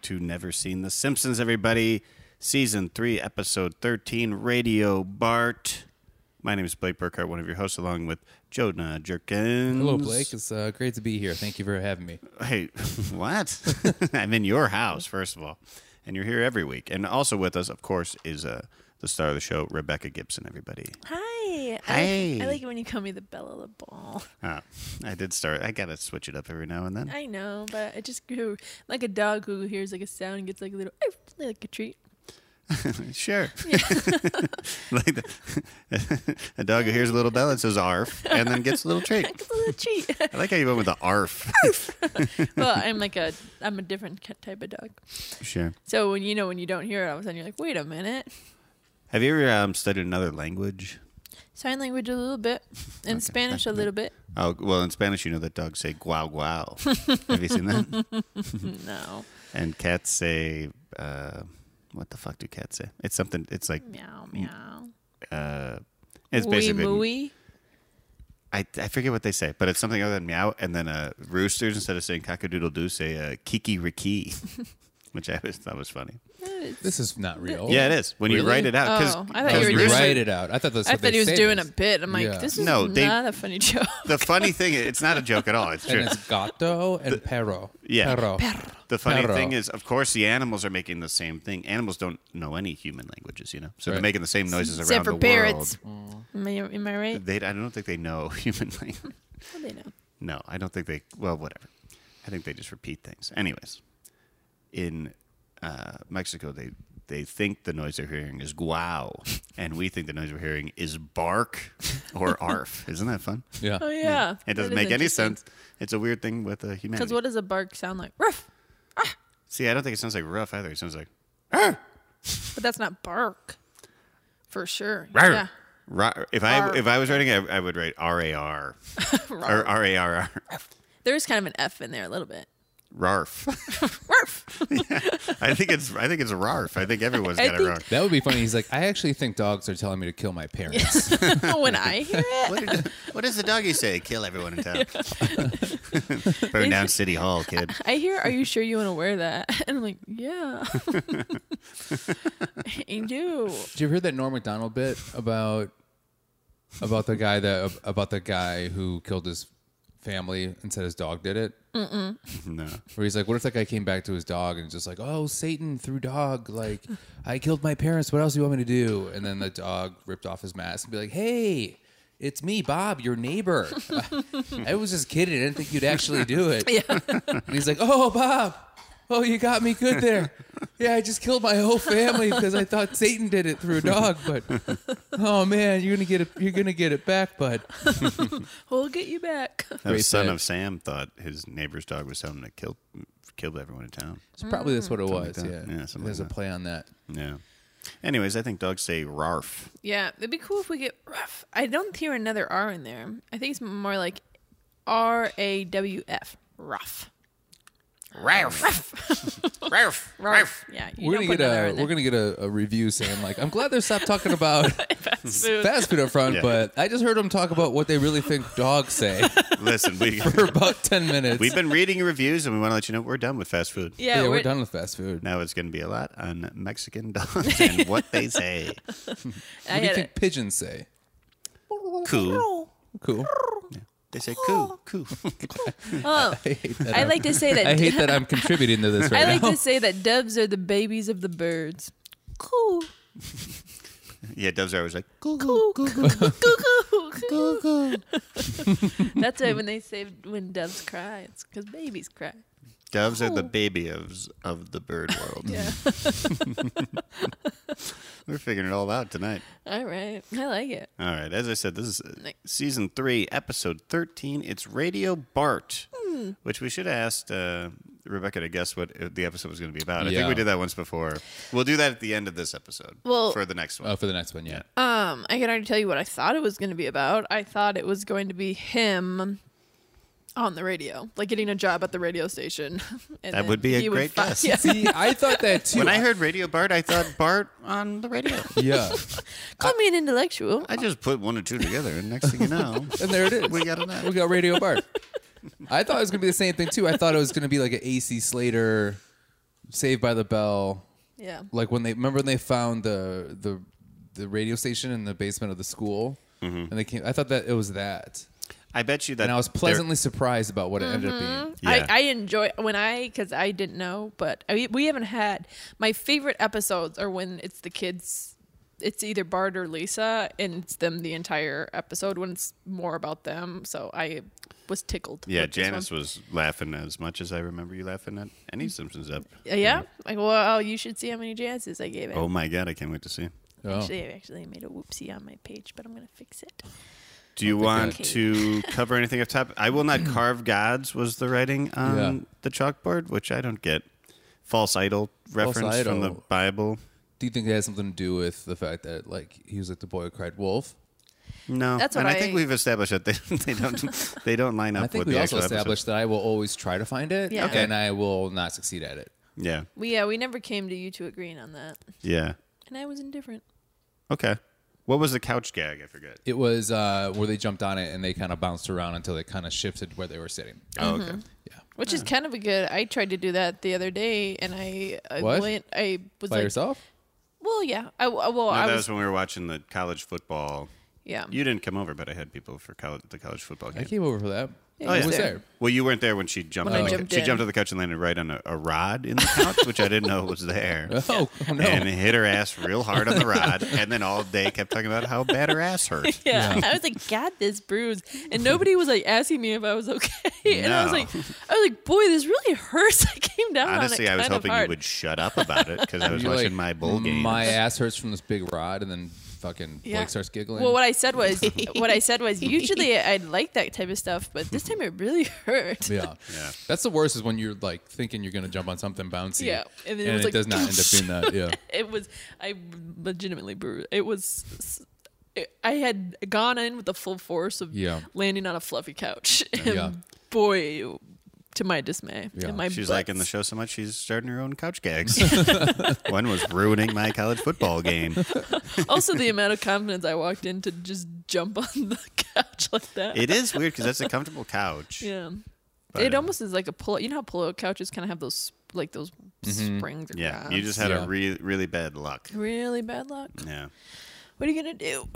to Never Seen The Simpsons, everybody. Season 3, Episode 13, Radio Bart. My name is Blake Burkhart, one of your hosts, along with Jonah Jerkins. Hello, Blake. It's uh, great to be here. Thank you for having me. Hey, what? I'm in your house, first of all. And you're here every week. And also with us, of course, is uh, the star of the show, Rebecca Gibson, everybody. Hi. I Hi. like, I like it when you call me the Bella the Ball. Uh, I did start, I got to switch it up every now and then. I know, but I just grew like a dog who hears like a sound and gets like a little "Oof," like a treat. Sure. like the, a dog who hears a little bell and says arf and then gets a little treat. It's a little treat. I like how you went with the arf. well, I'm like a I'm a different ki- type of dog. sure. So when you know when you don't hear it, all of a sudden you're like, wait a minute. Have you ever um, studied another language? Sign language a little bit, and Spanish a little bit. Oh, well, in Spanish, you know that dogs say guau guau. Have you seen that? No, And cats say, uh, what the fuck do cats say? It's something, it's like, meow meow. uh, it's Wee basically, mooey. I, I forget what they say, but it's something other than meow. And then uh, roosters, instead of saying cockadoodle doo, say uh, kiki riki, which I always thought was funny. This is not real. Yeah, it is. When you Really? write it out, because Oh, I thought Oh, you you were just- write it out. I thought that's I what they thought he was say doing a this. bit. I'm like, Yeah. this is No, they- not a funny joke. the funny thing is, it's not a joke at all. It's true. And it's gato and perro. yeah. Perro. The funny Perro. thing is, of course, the animals are making the same thing. Animals don't know any human languages, you know, so they're Right. making the same noises Except around for the parrots. Am I, am I right? world. They, I don't think they know human language. Well, they know. No, I don't think they. Well, whatever. I think they just repeat things. Anyways, in uh, Mexico, they they think the noise they're hearing is guau, and we think the noise we're hearing is bark or arf. Isn't that fun? Yeah. Oh yeah. It doesn't make any sense. It's a weird thing with uh, humanity. Because what does a bark sound like? Ruff. See, I don't think it sounds like rough either. It sounds like But that's not bark. For sure. Yeah. Ra- if I Rar. if I was writing, it, I, I would write R A R or R A R R There's kind of an F in there a little bit. Rarf. Ruff. I think it's I think it's Rarf. I think everyone's I got it think- wrong. That would be funny. He's like, I actually think dogs are telling me to kill my parents. when I hear it. What, did, what does the doggy say? Kill everyone in town. Burn down City Hall, kid. I hear, are you sure you want to wear that? And I'm like, yeah. I do. Did you ever hear that Norm Macdonald bit about about the guy that about the guy who killed his family and said his dog did it? No, Where he's like, what if that guy came back to his dog and just like, oh, Satan through dog, like I killed my parents. What else do you want me to do? And then the dog ripped off his mask and be like, hey. It's me, Bob, your neighbor. I was just kidding. I didn't think you'd actually do it. Yeah. And he's like, "Oh, Bob, oh, you got me good there. Yeah, I just killed my whole family because I thought Satan did it through a dog, but oh man, you're gonna get it. You're gonna get it back, bud. We'll get you back. that Great was son bit. of Sam thought his neighbor's dog was telling him to kill killed everyone in town. So probably that's what it was. like yeah, that. Yeah, something there's like a that. play on that. Yeah. Anyways, I think dogs say Rarf. Yeah. It'd be cool if we get rough. I don't hear another R in there. I think it's more like R A W F. Rough. Rarf. Rarf. Rough. Yeah. You We're don't gonna, put get another R a, in we're there. gonna get a a review saying like, I'm glad they stopped talking about Fast food. fast food up front, Yeah. but I just heard them talk about what they really think dogs say Listen, we for about ten minutes. we've been reading your reviews, and we want to let you know we're done with fast food. Yeah, we're we're- done with fast food. Now it's going to be a lot on Mexican dogs and what they say. I What do you had think it. pigeons say? Coo. Cool. They say coo, coo. Oh, I hate that. I like to say that. I hate that I'm contributing to this right I like now. to say that doves are the babies of the birds. Cool. yeah, doves are always like coo, Cool. coo, Cool. coo, Cool. Cool. coo, coo. That's why when they say when doves cry, it's because babies cry. Doves are the babies of the bird world. Yeah. We're figuring it all out tonight. All right. I like it. All right, as I said, this is uh, season three, episode 13. It's Radio Bart, which we should have asked uh, Rebecca to guess what uh, the episode was going to be about. I think Yeah. we did that once before. We'll do that at the end of this episode Well- for the next one. Oh, for the next one, yeah. Um, I can already tell you what I thought it was going to be about. I thought it was going to be him on the radio, like getting a job at the radio station. And That then would be a he great fi- guess. Yeah. See, I thought that too. when I heard Radio Bart, I thought Bart on the radio. yeah, Call me an intellectual. I just put one and two together, and next thing you know, and there it is. we got an We got Radio Bart. I thought it was gonna be the same thing too. I thought it was gonna be like an AC Slater Saved by the Bell. Yeah. Like when they remember when they found the the the radio station in the basement of the school, Mm-hmm. and they came. I thought that it was that, I bet you that. and I was there- pleasantly surprised about what it ended up Mm-hmm. being. Yeah. I, I enjoy when I because I didn't know, but I, we haven't had my favorite episodes are when it's the kids. It's either Bart or Lisa, and it's them the entire episode when it's more about them. So I was tickled. Yeah, with this Janice one. was laughing as much as I remember you laughing at any Simpsons up. Uh, Yeah, like well, you should see how many chances I gave it. Oh my god, I can't wait to see. Oh. Actually, I actually made a whoopsie on my page, but I'm gonna fix it. Do Oh you want Okay. to cover anything up top? I will not carve gods was the writing on Yeah. the chalkboard, which I don't get. False idol reference from the idol. Bible. Do you think it has something to do with the fact that like he was like the boy who cried wolf? No, That's and what I, think I- we've established that they, they don't they don't line up I think with we the also actual established that I will always try to find it, Yeah. Okay. and I will not succeed at it. Episode. Yeah, We yeah, we never came to you two agreeing on that, yeah. and I was indifferent. Okay, what was the couch gag? I forget. It was uh, where they jumped on it and they kind of bounced around until they kind of shifted where they were sitting. Mm-hmm. Oh, okay. Yeah, Which is kind of a good. I tried to do that the other day, and I I, What? went, I was by like, yourself. well, yeah, I well No, I that was, was when we were watching the college football. yeah. You didn't come over, but I had people for college, the college football I game. came over for that. Yeah, I you was were there. Well, you weren't there when she jumped. When on I the, jumped she in. jumped on the couch and landed right on a, a rod in the couch, which I didn't know was there. Oh, oh, no! And hit her ass real hard on the rod, and then all day kept talking about how bad her ass hurt. yeah, I was like, God, this bruise, and nobody was like asking me if I was okay, and I was No. like, I was like, boy, this really hurts. I came down Honestly, on I it was kind of hoping you hard. would shut up about it because I was You're watching like, my bowl game. My ass hurts from this big rod, and then fucking Yeah. Blake starts giggling. Well, what I said was, what I said was, usually I like that type of stuff, but this time it really hurt. yeah. Yeah. that's the worst is when you're like thinking you're gonna jump on something bouncy. Yeah, and, and then it it, was like- does not end up being that. Yeah, It was I legitimately bruised. It was it- I had gone in with the full force of Yeah. landing on a fluffy couch, and Yeah. boy, to my dismay, Yeah. and my She's butts- liking the show so much, she's starting her own couch gags. One was ruining my college football game. also the amount of confidence I walked in to just jump on the couch like that. It is weird because that's a comfortable couch. yeah, But, it uh, almost is like a pull. You know how pillow couches kind of have those like those springs. Or Mm-hmm. Yeah, knobs? you just had Yeah. a re- really bad luck. really bad luck. Yeah, What are you gonna do?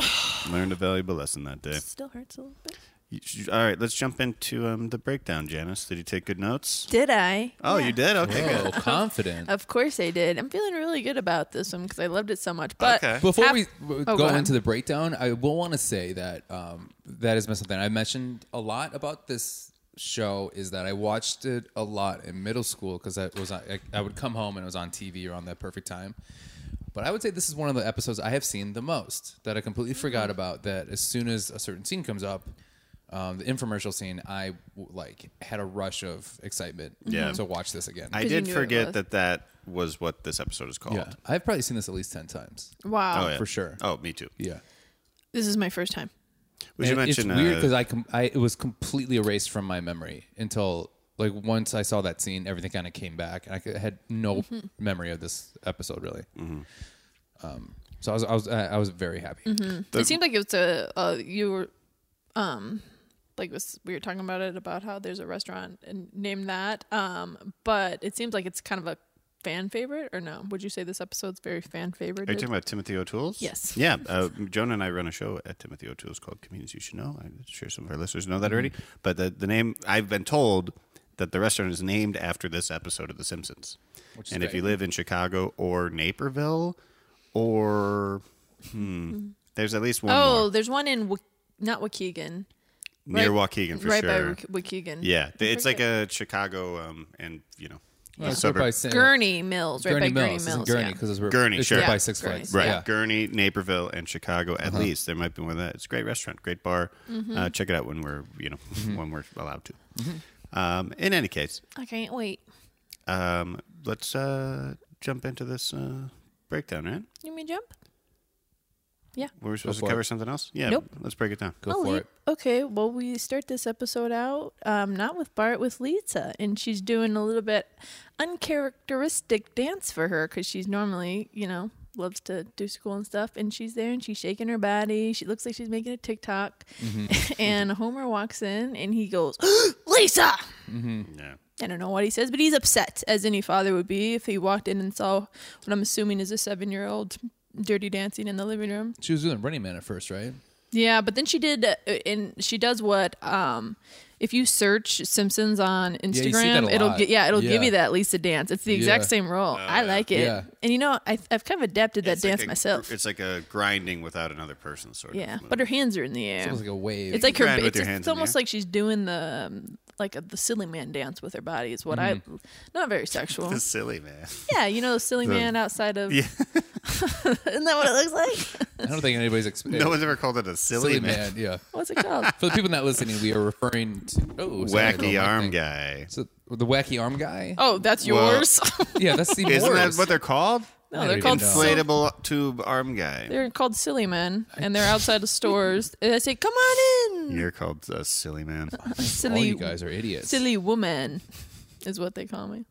learned a valuable lesson that day. Still hurts a little bit. You should- All right, let's jump into um, the breakdown, Janice. Did you take good notes? Did I? Oh, Yeah. you did? Okay, oh, good. confident. Of course I did. I'm feeling really good about this one because I loved it so much. But Okay. Before Half- we w- Oh, go go ahead. into the breakdown, I will want to say that um, that has been something I mentioned a lot about this show is that I watched it a lot in middle school because I was on- I, I would come home and it was on TV around that perfect time. But I would say this is one of the episodes I have seen the most that I completely Mm-hmm. forgot about. That as soon as a certain scene comes up, um, the infomercial scene, I w- like had a rush of excitement Yeah. to watch this again. I 'Cause you did knew it forget was. that that was what this episode is called. yeah, I've probably seen this at least ten times. wow, Oh, yeah. for sure. Oh, me too. Yeah. this is my first time. We should And mention it's weird uh, because I, com- I it was completely erased from my memory until like once I saw that scene, everything kind of came back, and I c- had no Mm-hmm. memory of this episode really. Mm-hmm. Um, so I was I was I I was very happy. Mm-hmm. The- it seemed like it was a uh, you were, um, like was we were talking about it about how there's a restaurant and named that. Um, but it seems like it's kind of a fan favorite or no? Would you say this episode's very fan favorite? Are you talking about Timothy O'Toole's? Yes. Yeah. Uh, Jonah and I run a show at Timothy O'Toole's called Comedians You Should Know. I'm sure some of our listeners know that already. Mm-hmm. But the, the name, I've been told that the restaurant is named after this episode of The Simpsons. Which is and if great. you live in Chicago or Naperville or, hmm, there's at least one Mm-hmm. oh, more, there's one in Wa- not Waukegan, near right- Waukegan for right sure. by Wak- Waukegan. Yeah, th- it's like forget. a Chicago um, and you know Well, it's right suburb. by Sa- Gurney Mills, right by Gurney Mills, Mills. Gurney yeah. because it's where- Gurney, it's sure. right by Yeah, Uh-huh. Six Gurney. Flags, right Yeah. Gurney, Naperville, and Chicago. At least there might be more than that. It's a great restaurant, great bar. Mm-hmm. Uh, check it out when we're you know when we're allowed to. Mm-hmm. Um, in any case, I can't wait. um, let's uh, jump into this uh, breakdown. Right? You mean jump? Were we supposed to for it. cover something else? Yeah. Nope. Let's break it down. Go I'll for lead- it. Oh, Okay, well, we start this episode out um, not with Bart, with Lisa, and she's doing a little bit uncharacteristic dance for her because she's normally, you know, loves to do school and stuff, and she's there and she's shaking her body. She looks like she's making a TikTok. and Homer walks in and he goes, Lisa! Yeah. I don't know what he says, but he's upset, as any father would be if he walked in and saw what I'm assuming is a seven year old dirty dancing in the living room. She was doing Running Man at first, right? Yeah, but then she did, uh, and she does what? Um, if you search Simpsons on you see that Instagram, a it'll lot. get, yeah, it'll give Yeah. you that Lisa dance. It's the exact Yeah. same role. I like it, Yeah. and you know, I, I've kind of adapted that Oh, It's like dance a- myself. It's like a grinding without another person sort of. yeah, move. but her hands are in the air. It was like a wave. It's like her. grind with It's, your it's hands in the almost air. like she's doing the um, like a, the silly man dance with her body. Is what Mm-hmm. I, not very sexual. That's silly, man. yeah, you know the silly man outside of. Yeah. isn't that what it looks like? I don't think anybody's exp- No one's ever called it a silly, silly man. man. Yeah. What's it called? For the people not listening, we are referring to oh, sorry, I don't Wacky like arm things. guy. So the wacky arm guy. Oh, that's Well- yours. yeah, that's the Isn't that worst. what they're called? I no, don't they're even called know. silly. Inflatable tube arm guy. They're called silly men, and they're outside of stores. And I say, "Come on in, You're called a silly man. All silly, you guys are idiots. silly woman," is what they call me.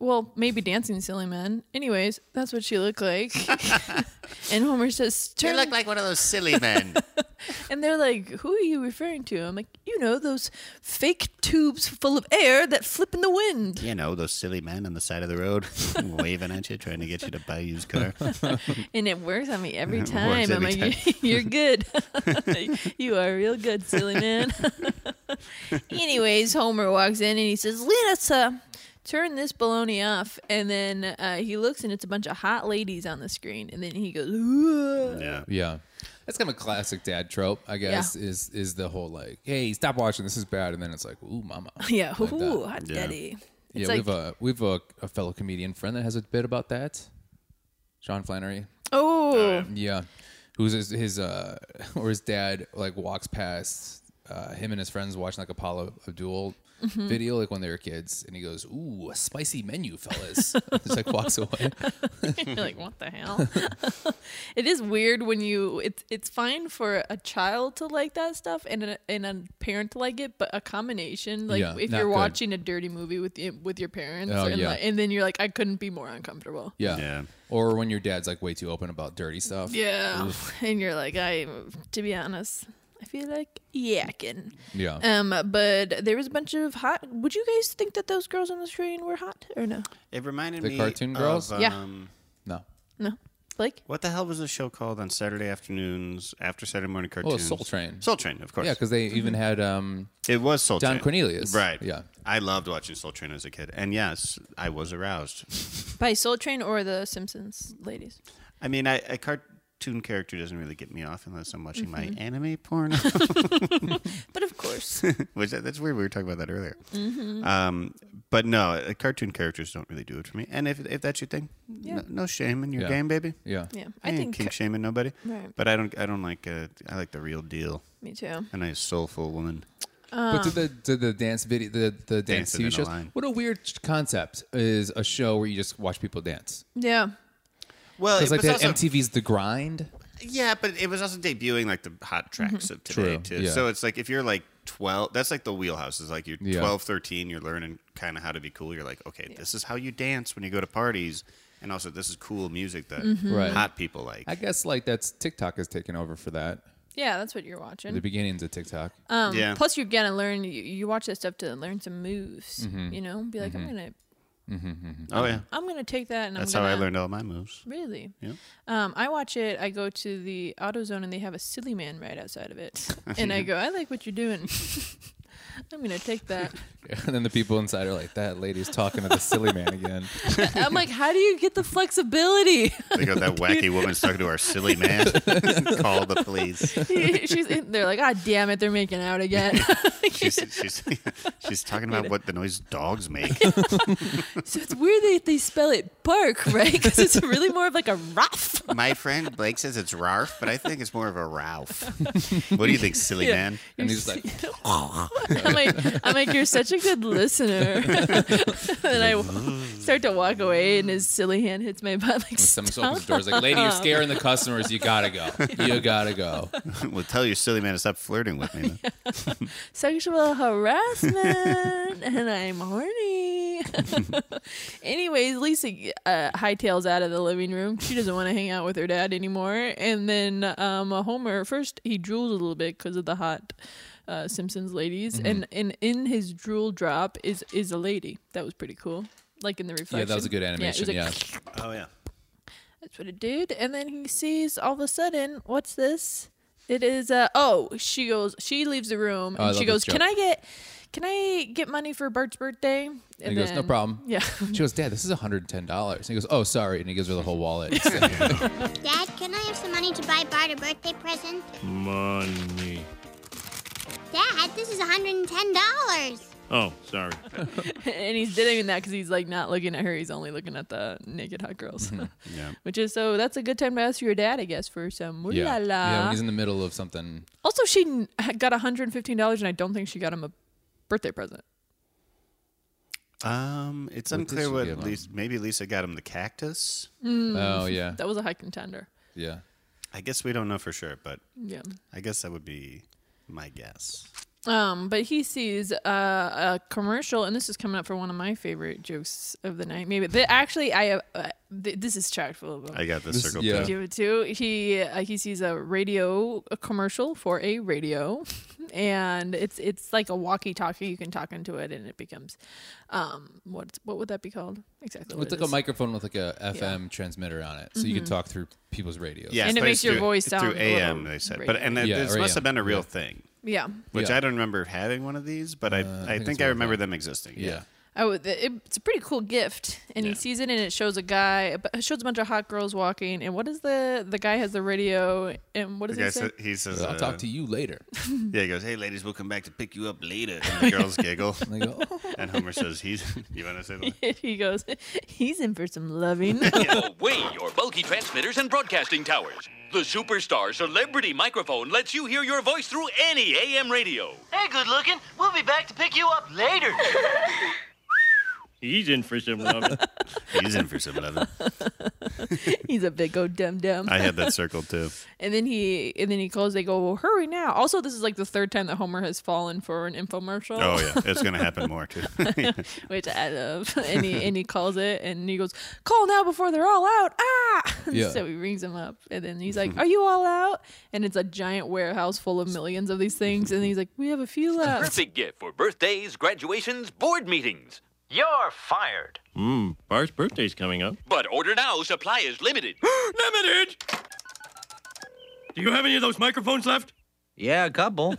Well, maybe dancing silly men. Anyways, that's what she looked like. and Homer says, "Turn like one of those silly men. And they're like, "Who are you referring to?" I'm like, "You know those fake tubes full of air that flip in the wind." you know, those silly men on the side of the road waving at you, trying to get you to buy a used car. And it works on me every It works time. I'm every like, "You're good. you are real good, silly man." Anyways, Homer walks in and he says, "Let us uh, turn this baloney off." And then uh, he looks and it's a bunch of hot ladies on the screen. And then he goes, "Ugh." yeah. Yeah. That's kind of a classic dad trope, I guess, is is the whole like, hey, stop watching, this is bad, and then it's like, ooh, mama. "Yeah, Like that. ooh, hot Yeah. daddy." yeah, It's we like, have a we have a, a fellow comedian friend that has a bit about that. Sean Flannery. oh, Yeah. Who's his, his uh or his dad like walks past uh, him and his friends watching like Apollo Abdul Mm-hmm. video like when they were kids and he goes, Ooh, a spicy menu, fellas. Just like walks away. You're like, what the hell? it is weird when you. It's it's fine for a child to like that stuff and a, and a parent to like it, but a combination like Yeah, if not you're good. watching a dirty movie with the, with your parents, Oh, and, yeah. like, and then you're like, I couldn't be more uncomfortable. Yeah. Yeah. Or when your dad's like way too open about dirty stuff. Yeah, and you're like, I. To be honest, I feel like yakking. Yeah. Um, but there was a bunch of hot. Would you guys think that those girls on the screen were hot or no? It reminded The me cartoon of, girls? Yeah. um, No. No, Blake. What the hell was the show called on Saturday afternoons after Saturday morning Oh, cartoons? Soul Train. Soul Train, of course. Yeah, because they even Mm-hmm. had um, it was Soul Don Train. Cornelius. Right. Yeah. I loved watching Soul Train as a kid. And yes, I was aroused. By Soul Train or the Simpsons ladies? I mean, I, a cartoon character doesn't really get me off unless I'm watching my Mm-hmm. anime porn. But of course. Which uh, that's weird. We were talking about that earlier. Mm-hmm. Um, but no, uh, cartoon characters don't really do it for me. And if if that's your thing, no, no shame in your Yeah. game, baby. yeah, Yeah, I, I ain't think kink shaming nobody. Right. But I don't I don't like uh, I like the real deal. me too. A nice soulful woman. Ah. but did the did the dance video the the dance Dancing TV in a shows? Line. What a weird concept is a show where you just watch people dance. Yeah. Well, it It's like was the also, MTV's The Grind. yeah, but it was also debuting like the hot Mm-hmm. tracks of today True, too. yeah. So it's like if you're like 12, that's like the wheelhouse is like you're Yeah. 12, 13, you're learning kind of how to be cool. You're like, okay, this is how you dance when you go to parties. And also, this is cool music that Mm-hmm. Right. hot people like. I guess like that's TikTok has taken over for that. Yeah, that's what you're The watching. beginnings of TikTok. Uh, yeah. Plus, you're gonna learn. You, you watch that stuff to learn some moves. Mm-hmm. You know, be like, I'm gonna, oh, yeah. I'm gonna take that, and That's I'm how gonna. I learned all my moves. Really. Yeah. Um, I watch it. I go to the AutoZone, and they have a silly man right outside of it, and I go, I like what you're doing. I'm gonna take that. and then the people inside are like, "That lady's talking to the silly man again." I'm like, how do you get the flexibility? They got that wacky woman's talking to our silly man. Call the police. She's in, they're like, ah, damn it, they're making out again. She's, she's, she's talking about what the noise dogs make. so it's weird that they spell it bark, right? Because it's really more of like a rough. My friend Blake says it's Ralph, but I think it's more of a Ralph. What do you think, silly Yeah. man? And he's like, I'm like, I'm like, you're such a good listener. and I wa- start to walk away, and his silly hand hits my butt. Like, Some just stop. opens the doors like, lady, you're Oh. scaring the customers. You gotta go. You gotta go. well, tell your silly man to stop flirting with me. man. sexual harassment and I'm horny. Anyways, Lisa uh, hightails out of the living room. She doesn't want to hang out with her dad anymore. And then um, Homer, first, he drools a little bit because of the hot uh, Simpsons ladies. Mm-hmm. And, and in his drool drop is, is a lady. That was pretty cool. Like in the reflection. Yeah, that was a good it was animation. like, Yeah. Oh yeah. that's what it did. And then he sees all of a sudden, what's this? It is uh oh, she goes she leaves the room Oh, I and she love goes, this Can joke. I get can I get money for Bart's birthday? And, And he goes, no then- problem. Yeah. She goes, Dad, this is $110. And he goes, Oh, sorry. And he gives her the whole wallet. Dad, can I have some money to buy Bart a birthday present? Money. Dad, this is $110. Oh, sorry. and he's doing that because he's like not looking at her, he's only looking at the naked hot girls. Mm-hmm. Yeah. Which is so that's a good time to ask your dad, I guess, for some ooh yeah. Yeah. la When la. he's in the middle of something. also, she n- got hundred and fifteen dollars, and I don't think she got him a birthday present. Um, it's What did unclear she what give him? Lisa, maybe Lisa got him the cactus. Mm. Oh, yeah. That was a high contender. Yeah. I guess we don't know for sure, but Yeah. I guess that would be my guess. Um, but he sees uh, a commercial, and this is coming up for one of my favorite jokes of the night. Maybe the, actually, I uh, th- this is chock full of them. I got the This- circle. yeah. too. Give it to he. Uh, he sees a radio a commercial for a radio, and it's it's like a walkie-talkie. You can talk into it, and it becomes, um, what what would that be called exactly? what It's it like a is. Mm-hmm. microphone with like a FM transmitter on it. So you can talk through people's radios. Yes, And it but makes it's your through- voice it's sound through a AM. little They said, radio. but and Yeah, this or must have AM, been a real yeah. thing, Yeah, which Yeah. Uh, I don't remember having one of these, but I I, think think, it's I real remember thing. them existing. Yeah. I would, it, it's a pretty cool gift, and he Yeah. sees it, and it shows a guy. but It shows a bunch of hot girls walking, and what is the the guy has the radio, and what The does guy it say? said, he says, I'll uh, talk to you later. Yeah, he goes, "Hey, ladies, we'll come back to pick you up later." And the girls giggle, And I go, oh, and Homer says, "He's." You want to say that? he goes, he's in for some loving. Away your bulky transmitters and broadcasting towers. The Superstar Celebrity Microphone lets you hear your voice through any AM radio. Hey, good looking. We'll be back to pick you up later. He's in for some love. He's in for some loving. he's a big old dum dum. I had that circled too. And then he and then he calls. They go, well, hurry now. Also, this is like the third time that Homer has fallen for an infomercial. Oh yeah, it's gonna happen more too. which I love. And he and he calls it, and he goes, "Call now before they're all out!" Ah! Yeah. so he rings him up, and then he's like, "Are you all out?" And it's a giant warehouse full of millions of these things, and he's like, "We have a few left." Perfect gift for birthdays, graduations, board meetings. You're fired. Mmm, Bart's birthday's coming up. But order now, supply is limited. limited? Do you have any of those microphones left? Yeah, a couple.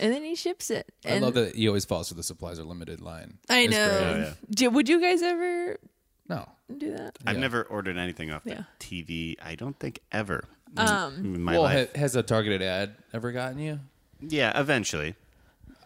And then he ships it. I And love that he always falls for the supplies are limited line. I It's know. great. yeah. Do- would you guys ever No. do that? I've Yeah. never ordered anything off the Yeah. TV. I don't think ever in my well, life. ha- has a targeted ad ever gotten you? Yeah, eventually.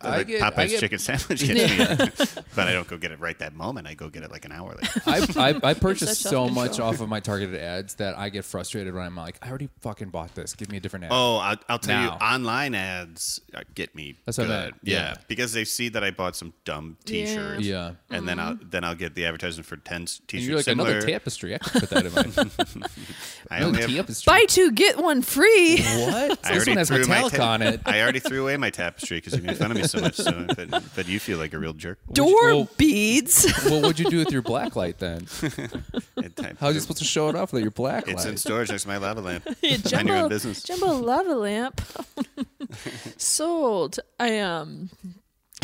I Like get- Popeye's I get- chicken sandwich gets me, but I don't go get it right that moment. I go get it like an hour later. I, I, I purchase such so much self-control. off of my targeted ads that I get frustrated when I'm like, I already fucking bought this. Give me a different ad. Oh, I'll, I'll tell Now. you, online ads uh, get me. That's what good. I meant, Yeah. yeah. because they see that I bought some dumb T-shirt. Yeah. and then I'll then I'll get the advertisement for ten s- And T-shirts. you're like similar. another tapestry. I could put that in my I no, only have, tapestry. Buy two, get one free. What? I this already one has threw my metallic ta- on it. I already threw away my tapestry because you made fun of me so much. So, but, but you feel like a real jerk. Door Well- beads. well, what'd you do with your black light then? It- I- How are you supposed to show it off with your black It's in light? storage next to my lava lamp. Yeah, Mind your jumbo, own business. jumbo lava lamp. Sold. I um,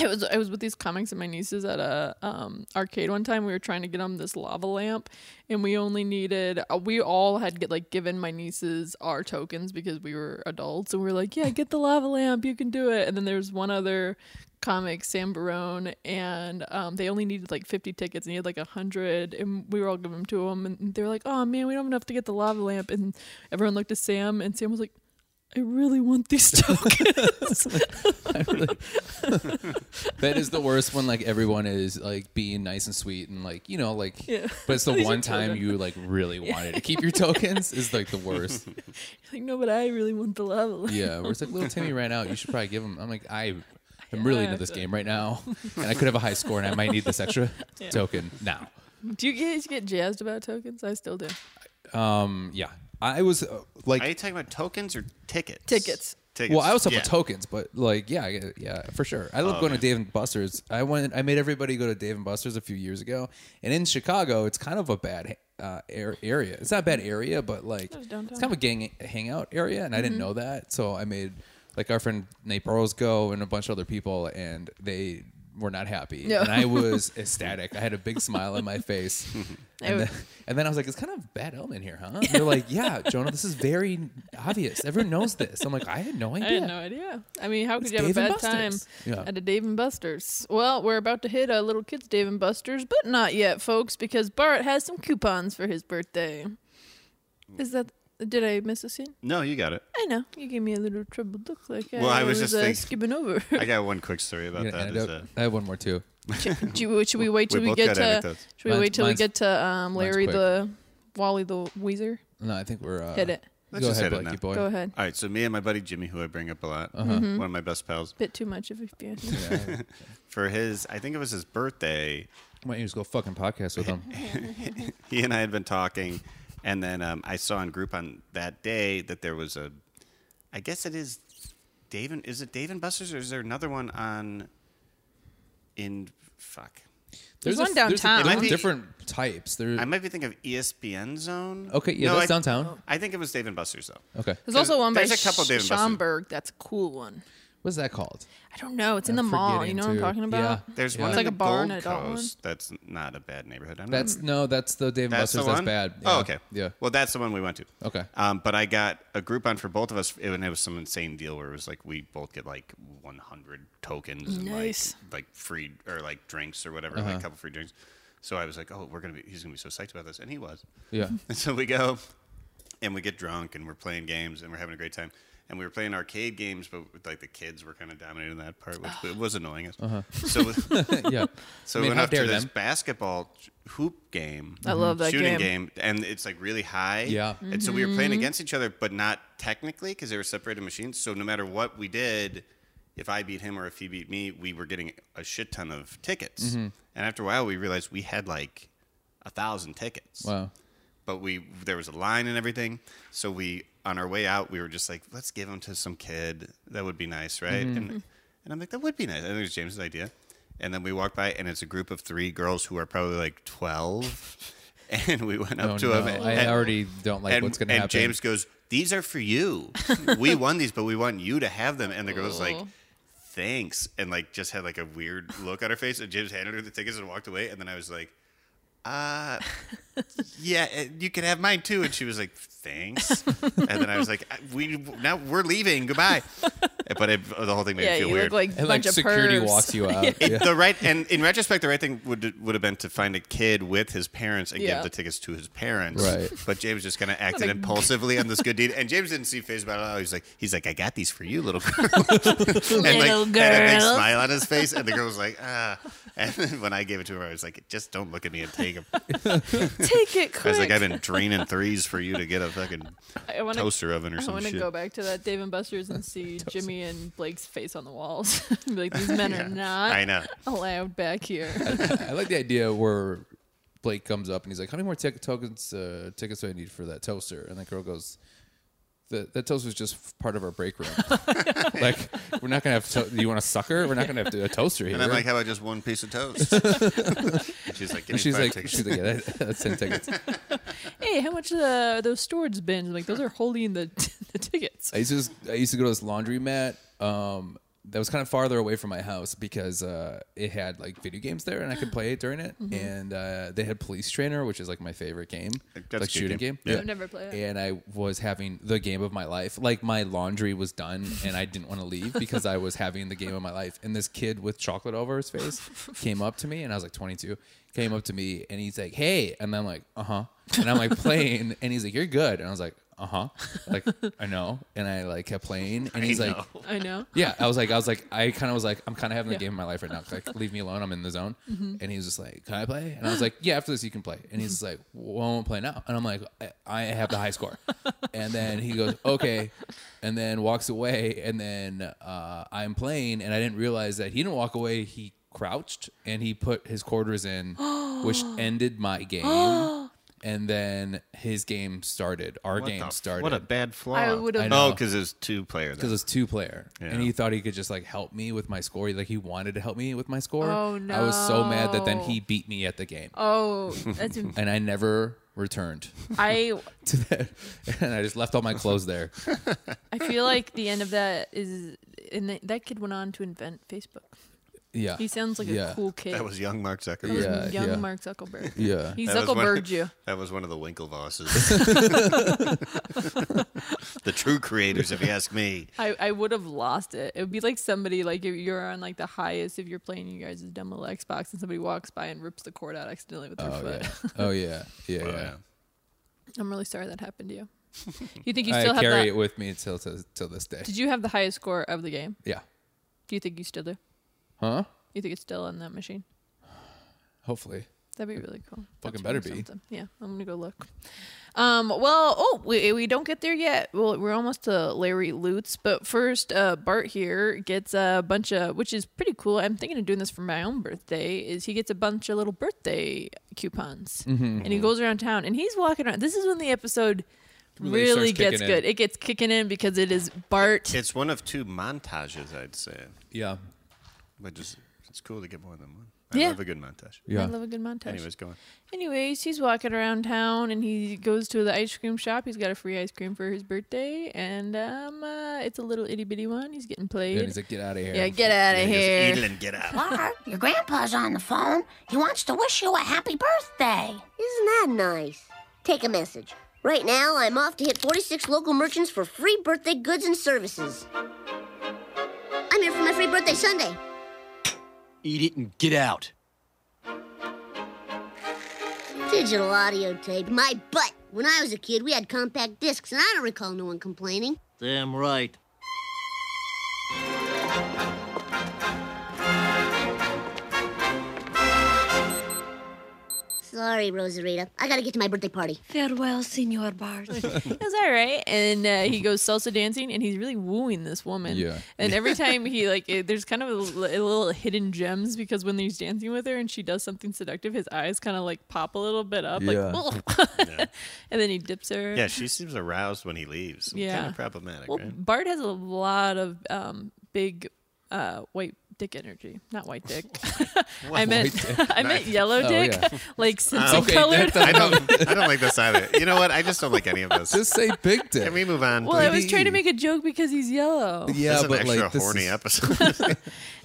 I was I was with these comics and my nieces at a um arcade one time. We were trying to get them this lava lamp, and we only needed. Uh, we all had get, like given my nieces our tokens because we were adults, and we were like, "Yeah, get the lava lamp. You can do it." And then there's one other comic Sam Barone, and um, they only needed like 50 tickets, and he had like 100, and we were all giving them to him, and they were like, "Oh man, we don't have enough to get the lava lamp," and everyone looked at Sam, and Sam was like, I really want these tokens. That is the worst when like everyone is like being nice and sweet and like you know like Yeah. but it's the These are one time children. you like really wanted to keep your tokens is like the worst. like, no, but I really want the level. Yeah, where it's like little Timmy ran out. You should probably give him. I'm like I. I'm really into this game right now, and I could have a high score, and I might need this extra token now. Do you guys get jazzed about tokens? I still do. Um, yeah, I was uh, like, Are you talking about tokens or tickets? Tickets. Tickets. well, I was talking yeah. Oh, about tokens, but like, yeah, I- yeah, for sure. I love going to Dave and Buster's. I went, I made everybody go to Dave and Buster's a few years ago, and in Chicago, it's kind of a bad uh, air, area. It's not a bad area, but like, it's downtown. Mm-hmm. kind of a gang hangout area, and I didn't know that, so I made like our friend Nate Burrows go and a bunch of other people, and they were not happy, No. and I was ecstatic. I had a big smile on my face. And I- then, and then I was like, it's kind of bad element here, huh? And they're like, yeah, Jonah, this is very obvious. Everyone knows this. I'm like, I had no idea. I had no idea. I mean, how It's could you have Dave a and bad time Buster's. Yeah. at a Dave and Buster's? Well, we're about to hit a little kids Dave and Buster's, but not yet, folks, because Bart has some coupons for his birthday. Is that? Did I miss a scene? No, you got it. I know you gave me a little troubled look, like Well, I was just uh, thinking- skipping over. I got one quick story about You got that. an Is, anecdote? uh, I have one more too. Do you, should we wait till We we, both get got to? anecdotes. Should we Mine's- wait till we mine's- get to um, Larry quick. the Wally the Weezer? No, I think we're uh, Hit it. Go Let's just ahead, hit it Blakey now. boy. Go ahead. uh, all right, so me and my buddy Jimmy, who I bring up a lot, Uh-huh. one of my best pals, Bit too much if you. Yeah. for his, I think it was his birthday, Why don't you just go fucking podcast with him? he and I had been talking, and then um, I saw in group on that day that there was a, I guess it is, Dave and is it Dave and Buster's or is there another one on, in fuck, There's a- one There's downtown. a It might be- different types. There. I might be thinking of E ESPN Zone. okay, yeah, No, that's I- downtown. I think it was Dave and Buster's though. Okay, There's also one by There's a couple Sch- Dave and Buster's. Schomburg. That's a cool one. what's that called? I don't know. It's in the I'm mall. You forgetting, know what I'm too. talking about? Yeah. There's one It's on like a the bar and Gold adult one. Coast. That's not a bad neighborhood. I'm That's Um, not, no, that's the Dave and that's Buster's. the That's one. bad. Oh, Yeah. okay. Yeah. Well, that's the one we went to. Okay. Um, but I got a Groupon for both of us, and it was some insane deal where it was like we both get like 100 tokens and Nice. like like free or like drinks or whatever, like a couple free drinks. So I was like, oh, we're gonna be he's gonna be so psyched about this, and he was. Yeah. And so we go and we get drunk and we're playing games and we're having a great time. And we were playing arcade games, but like the kids were kind of dominating that part, which it was annoying us. So, so yeah. I mean, we went how up to dare this them. basketball hoop game. I love that shooting game. Mm-hmm. game. and it's like really high. Yeah. And so we were playing against each other, but not technically because they were separated machines. So no matter what we did, if I beat him or if he beat me, we were getting a shit ton of tickets. Mm-hmm. And after a while, we realized we had like a thousand tickets Wow. but we there was a line and everything. So we on our way out, we were just like, let's give them to some kid. That would be nice, right? Mm-hmm. And, and I'm like, that would be nice. I think it was James's idea. And then we walked by, and it's a group of three girls who are probably like 12. And we went up Oh, to no. them. I already don't like and, what's gonna and happen. James goes, "These are for you. we won these, but we want you to have them." And the girl's like, Oh. "Thanks," and like just had like a weird look on her face. And James handed her the tickets and walked away. And then I was like, "Uh, yeah, uh, you can have mine too." And she was like, "Thanks." and then I was like, I- "We now we're leaving. Goodbye." But it, the whole thing made Yeah, me feel you weird. look like a And like bunch of security pervs. walks you out. It- The right and in retrospect, the right thing would would have been to find a kid with his parents and Yeah. give the tickets to his parents. Right. But James just kind of acted impulsively on this good deed, and James didn't see face about it. at all. He's like, he's like, I got these for you, little girl. and Little like, Had a big girl. smile on his face, and the girl was like, ah. And then when I gave it to her, I was like, just don't look at me and take them. Take it I quick. was like, I've been draining threes for you to get a fucking I wanna, toaster oven or I some want to shit. go back to that Dave and Buster's and see Jimmy and Blake's face on the walls. Be like these men Yeah. are not I know. allowed back here. I like the idea where Blake comes up and he's like, "How many more tick tokens uh, tickets do I need for that toaster?" And the girl goes, "That that toaster is just f- part of our break room. like, we're not gonna have. To- you want a sucker? We're not gonna have to- a toaster here." And I'm like, how about just one piece of toast? And she's like, give me she's five like, tickets. she's like, yeah, that, that's ten tickets. hey, how much uh, those storage bins? I'm like those are holding the, the tickets. I used to just, I used to go to this laundromat um, that was kind of farther away from my house because uh, it had like video games there and I could play it during it. And uh, they had Police Trainer, which is like my favorite game, That's a like good shooting game. game. I've never played it. And I was having the game of my life. Like my laundry was done and I didn't want to leave because I was having the game of my life. And this kid with chocolate over his face came up to me and I was like 22. "Uh-huh." Came up to me and he's like, "Hey," and I'm like, "Uh huh," and I'm like playing, and he's like, "You're good," and I was like, uh huh. Like, I know. And I like kept playing. And he's like, I know. yeah, I was like, I was like, I kind of was like, I'm kind of having the Yeah. game of my life right now. Like, leave me alone. I'm in the zone. And he was just like, Can I play? And I was like, Yeah, after this, you can play. And he's just like, Well, I won't play now. And I'm like, I, I have the high score. and then he goes, Okay. And then walks away. And then uh, I'm playing. And I didn't realize that he didn't walk away. He crouched and he put his quarters in, which ended my game. and then his game started. Our What game the f- started. What a bad flaw. I would've- I know. Oh, because it's two player. because it's two player, and Yeah. he thought he could just like help me with my score. Like he wanted to help me with my score. Oh, I was so mad that then no. he beat me at the game, Oh, that's im- and I never returned I. to that. And I just left all my clothes there. I feel like the end of that is, and th- that kid went on to invent Facebook. Yeah, He sounds like yeah. a cool kid. That was young Mark That was Zuckerberg. Yeah, young yeah. Mark Zuckerberg. Yeah, He That was one- Zuckerberged you. That was one of the Winklevosses. the true creators, if you ask me. I, I would have lost it. It would be like somebody like if you're on like the highest if you're playing you guys' dumb little Xbox and somebody walks by and rips the cord out accidentally with their oh foot. yeah, oh yeah, yeah, yeah. I'm really sorry that happened to you. You think you I still have carry that? it with me till till till this day. Did you have the highest score of the game? Yeah, Do you think you still do? huh? You think it's still on that machine? Hopefully, That'd be really cool. Fucking That's better really be. something. Yeah, I'm gonna go look. Um, well, oh, we, we don't get there yet. Well, we're almost to Larry Lutz, but first, uh, Bart here gets a bunch of, which is pretty cool. I'm thinking of doing this for my own birthday. Is he gets a bunch of little birthday coupons, Mm-hmm, and he goes around town, and he's walking around. This is when the episode Really really, starts gets kicking good. in. It gets kicking in because it is Bart. It's one of two montages, I'd say. yeah, But just, it's cool to get more than one. I Yeah. love a good montage. yeah. I love a good montage. Anyways, go on. Anyways, he's walking around town and he goes to the ice cream shop. He's got a free ice cream for his birthday, and um, uh, it's a little itty bitty one. He's getting played. and he's like, get out of here. yeah, get out of Just here. eat it and get out. Bart, your grandpa's on the phone. He wants to wish you a happy birthday. Isn't that nice? Take a message. Right now, I'm off to hit 46 local merchants for free birthday goods and services. I'm here for my free birthday Sunday. Eat it and get out. Digital audio tape. My butt. When I was a kid, we had compact discs, and I don't recall no one complaining. Damn right. Sorry, Rosarita. I gotta get to my birthday party. Farewell, Senor Bart. That's all right. And uh, he goes salsa dancing, and he's really wooing this woman. Yeah. And every time he like, it, there's kind of a, l- a little hidden gems because when he's dancing with her and she does something seductive, his eyes kind of like pop a little bit up, Yeah. like, and then he dips her. Yeah, she seems aroused when he leaves. Kind Yeah. of problematic, Well, right? Bart has a lot of um, big uh, white dick energy. Not white dick. I meant I meant yellow Oh, dick, yeah. Ah, like Simpson okay, colored. that doesn't- I don't, I don't like this either. You know what? I just don't like any of this. Just say big dick. Can we move on? well, please? I was trying to make a joke because he's yellow. yeah, this is an but extra like this horny is- episode.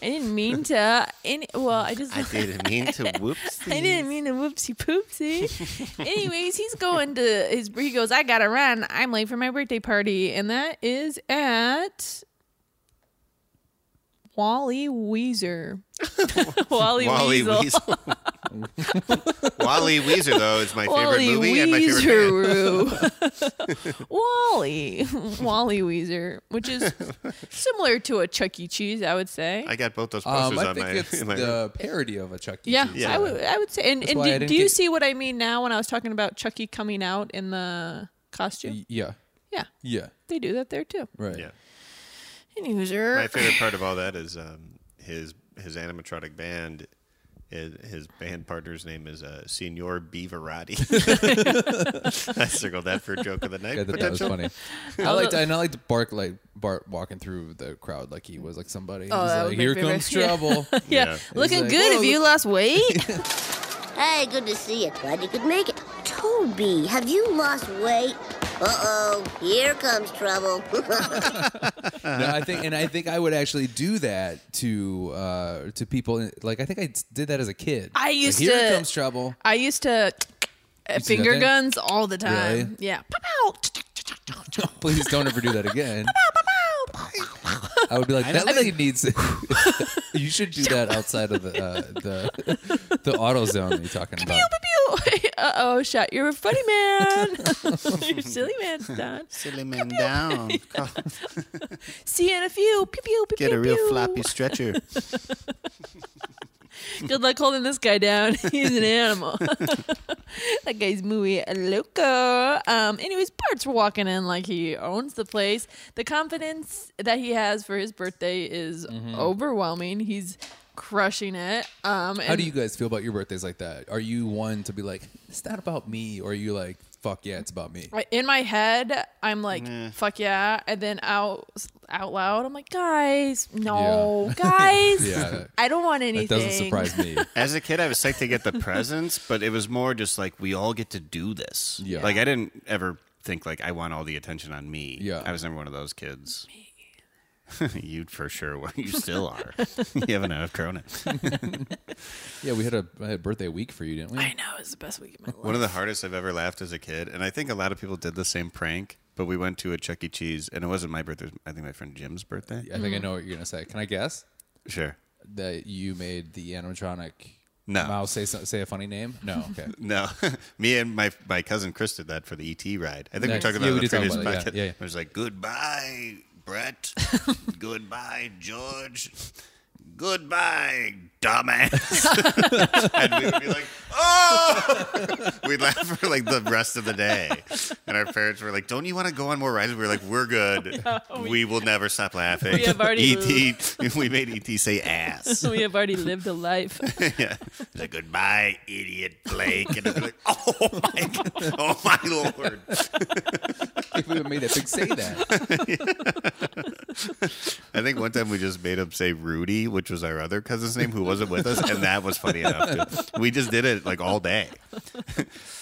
I didn't mean to. Any, well, I just I didn't mean to. Whoops. I didn't mean to whoopsie poopsie. Anyways, he's going to his. He goes, I gotta run. I'm late for my birthday party, and that is at Wally Weezer. Wally, Wally Weasel. Weasel. Wally Weezer, though, is my Wally favorite movie and my favorite band. Weezeroo. Wally, Wally Weezer, which is similar to a Chuck E. Cheese, I would say. I got both those posters Um, I on think my. it's in my room. the parody of a Chuck E. yeah, Cheese. Yeah. I would, I would say. And, and why I do, didn't do you get- see what I mean now when I was talking about Chucky coming out in the costume? Y- Yeah. Yeah, Yeah. they do that there too. Right. Yeah. Any user. My favorite part of all that is um, his his animatronic band. His, his band partner's name is uh, Senor Beaverati. I circled that for joke of the night. I thought that was potential. funny. I liked and I liked Bark like Bart walking through the crowd like he was like somebody. He's Oh, that was like, my Here favorite. comes Yeah. trouble. yeah, Yeah. looking like, good. "Whoa, Have you look- lost weight? Hey, good to see you. Glad you could make it. Toby, have you lost weight? Uh oh, here comes trouble. No, I think and I think I would actually do that to uh to people like I think I did that as a kid. I Like, used Here to- comes trouble. I used to uh, see finger that thing? guns all the time. Really? Yeah. Pow, pow. Please don't ever do that again. I would be like, that lady needs it. you should do that outside of the uh, the the auto zone that you're talking about. Pew, pew, pew. oh, uh oh, shut your funny man. your silly man's done. Silly man down. See you in a few. Pew pew pew. Get a pew, real pew. floppy stretcher. Good luck holding this guy down. He's an animal. that guy's muy loco. Um, anyways, Bart's walking in like he owns the place. The confidence that he has for his birthday is overwhelming. He's crushing it. Um, How and do you guys feel about your birthdays like that? Are you one to be like, it's not about me? Or are you like, fuck yeah, it's about me? I- in my head, I'm like, "Fuck yeah!" And then out out loud, I'm like, "Guys, no, guys, Yeah, that- I don't want anything." That doesn't surprise me. As a kid, I was psyched to get the presents, but it was more just like we all get to do this. Yeah. Like I didn't ever think like I want all the attention on me. Yeah. I was never one of those kids. you for sure were. You still are. you haven't outgrown it. Yeah, we had a, I had a birthday week for you, didn't we? I know it's the best week of my life. One of the hardest I've ever laughed as a kid, and I think a lot of people did the same prank. But we went to a Chuck E. Cheese, and it wasn't my birthday. I think my friend Jim's birthday. I think I know what you're gonna say. Can I guess Sure. that you made the animatronic No. mouse say some- say a funny name? No. Okay. No, me and my my cousin Chris did that for the ET ride. I think we Nice. talked about it Yeah, we on the did talk previous about it. Yeah, podcast. yeah, yeah. It was like goodbye, Brett. goodbye, George. Goodbye, dumbass. and we would be like, oh! We'd laugh for like the rest of the day. And our parents were like, don't you want to go on more rides? We were like, we're good. we, will never stop laughing. We have already ET, we made ET say ass. we have already lived a life. Yeah. It's like, goodbye, idiot Blake. And I'm like, oh my, oh my lord. If we would've made that big say that. I think one time we just made him say Rudy, which was our other cousin's name, who wasn't with us, and that was funny enough. Too. We just did it like all day.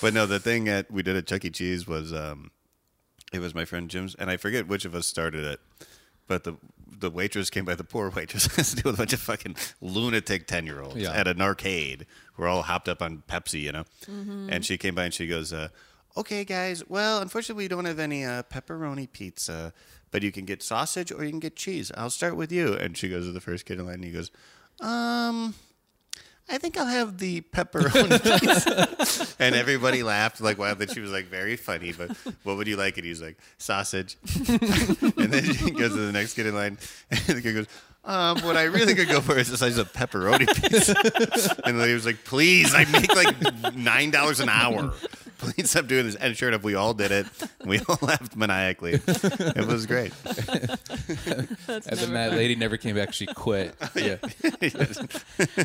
but no, the thing that we did at Chuck E. Cheese was, um, it was my friend Jim's, and I forget which of us started it, but the the waitress came by. The poor waitress has to deal with a bunch of fucking lunatic ten year olds Yeah. at an arcade. We're all hopped up on Pepsi, you know. And she came by and she goes, uh, "Okay, guys. Well, unfortunately, we don't have any uh, pepperoni pizza, but you can get sausage or you can get cheese. I'll start with you." And she goes to the first kid in line and he goes, "Um." I think I'll have the pepperoni pizza. and everybody laughed like wow that she was like very funny, but what would you like? And he's like, sausage. and then she goes to the next kid in line and the kid goes, um, what I really could go for is a size of pepperoni pizza. and the lady was like, please, I make like nine dollars an hour. Please stop doing this. And sure enough, we all did it. We all laughed maniacally. It was great. And then that lady never came back. She quit. Yeah.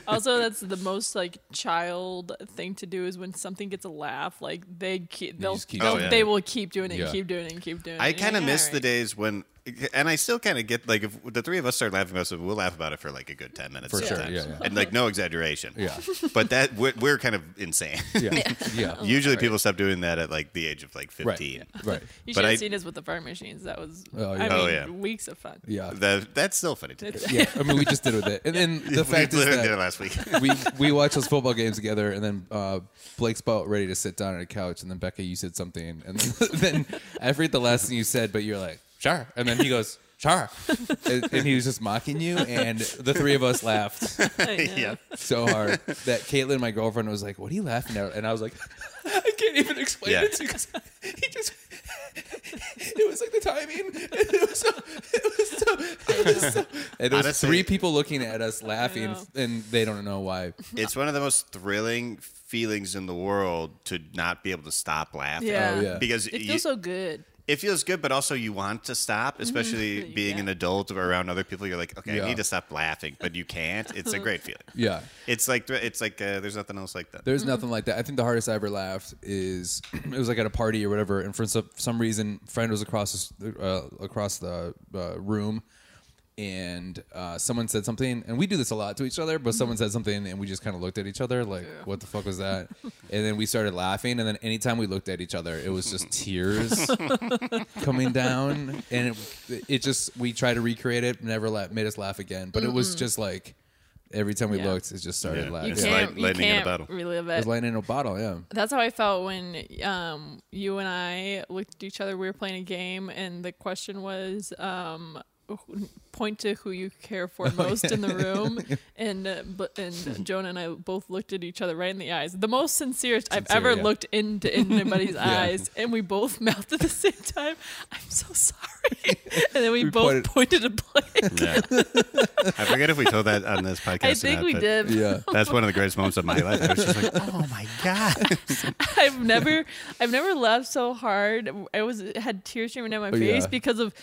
Also, that's the most like child thing to do is when something gets a laugh, like they keep, they'll, just keep they'll- doing it. they will keep doing it, Yeah. and keep doing it, and keep doing it. I And you're kind of like, miss "All the right." days when, and I still kind of get like if the three of us start laughing about something, we'll laugh about it for like a good ten minutes For sure, sometimes, yeah, yeah. and like no exaggeration. Yeah. but that we're, we're kind of insane. Yeah. Yeah. Usually people stop doing that at like the age of like Right. fifteen. Right. but You should have I- seen us with the fart machines. That was, Oh, I yeah. mean, Oh, yeah. weeks of fun. Yeah. That that's still funny to do. Yeah. I mean, we just did with it. And then the fact we is literally did it that last week. we we watched those football games together, and then uh, Blake's about ready to sit down on a couch, and then Becca, you said something, and then, then I forget the last thing you said, but you're like, "Sure," and then he goes, "Sure," and, and he was just mocking you, and the three of us laughed yeah. so hard that Caitlin, my girlfriend, was like, "What are you laughing at?" And I was like, "I can't even explain Yeah. it to you 'cause he just." It was like the timing. and It was so. It was so. It was, so, and it was Honestly- three people looking at us laughing, know. and they don't know why. It's one of the most thrilling feelings in the world to not be able to stop laughing. Yeah. Oh, yeah. Because It feels you- so good. it feels good, but also you want to stop, especially being Mm-hmm. Yeah. an adult or around other people. You're like, okay, Yeah. I need to stop laughing, but you can't. It's a great feeling. Yeah. It's like it's like uh, there's nothing else like that. There's Mm-hmm. nothing like that. I think the hardest I ever laughed is it was like at a party or whatever, and for some, some reason, friend was across the, s- uh, across the uh, room, and uh, someone said something, and we do this a lot to each other, but someone said something, and we just kind of looked at each other like, "What the fuck was that?" and then we started laughing, and then anytime we looked at each other, it was just tears coming down, and it, it just we tried to recreate it, never la- made us laugh again, but it was just like every time we Mm-hmm. Yeah. looked, it just started Yeah. laughing. You It's can't, light- you lightning in a can't bottle. relive It was it. lightning in a bottle, yeah. That's how I felt when um, you and I looked at each other. We were playing a game, and the question was, um, point to who you care Oh, for most in the room, and uh, but, and Jonah and I both looked at each other right in the eyes. The most sincerest I've Sincere, ever yeah. looked into anybody's eyes, and we both mouthed at the same time, "I'm so sorry," and then we, We both pointed, at Blake. Yeah. I forget if we told that on this podcast. I or think not, we but did. Yeah. That's one of the greatest moments of my life. I was just like, oh my god. I've never, I've never laughed so hard. I was had tears streaming down my face Oh, yeah. because of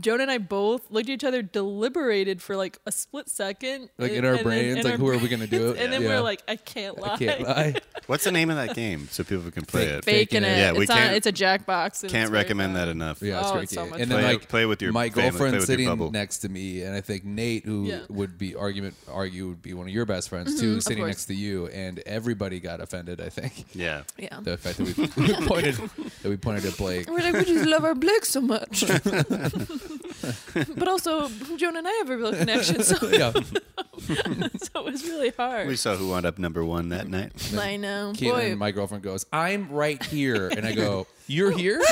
Jonah and I both looked at each other, deliberated for like a split second, Like in and- our and then- brains, in like our who are we gonna do brains, it? And then Yeah. we're like, I can't lie. I can't lie. What's the name of that game so people can play it? Bacon Bacon it. it. Yeah, we it's on. can't- It's a Jackbox. and it's Can't very recommend fun. that enough. Yeah, it's Oh, great it's so game. much and then fun. like Play- play with your my family, play girlfriend with your sitting bubble. next to me, and I think Nate, who Yeah. Mm-hmm. would be argument argue would be one of your best friends too, sitting course. next to you, and everybody got offended. I think Yeah. Yeah. the fact that we, we pointed that we pointed at Blake. we're like, we just love our Blake so much. but also, Jonah and I have a real connection, so, Yeah, so it was really hard. We saw who wound up number one that night. I know. Caitlin, Boy, my girlfriend goes, "I'm right here," and I go, "You're here?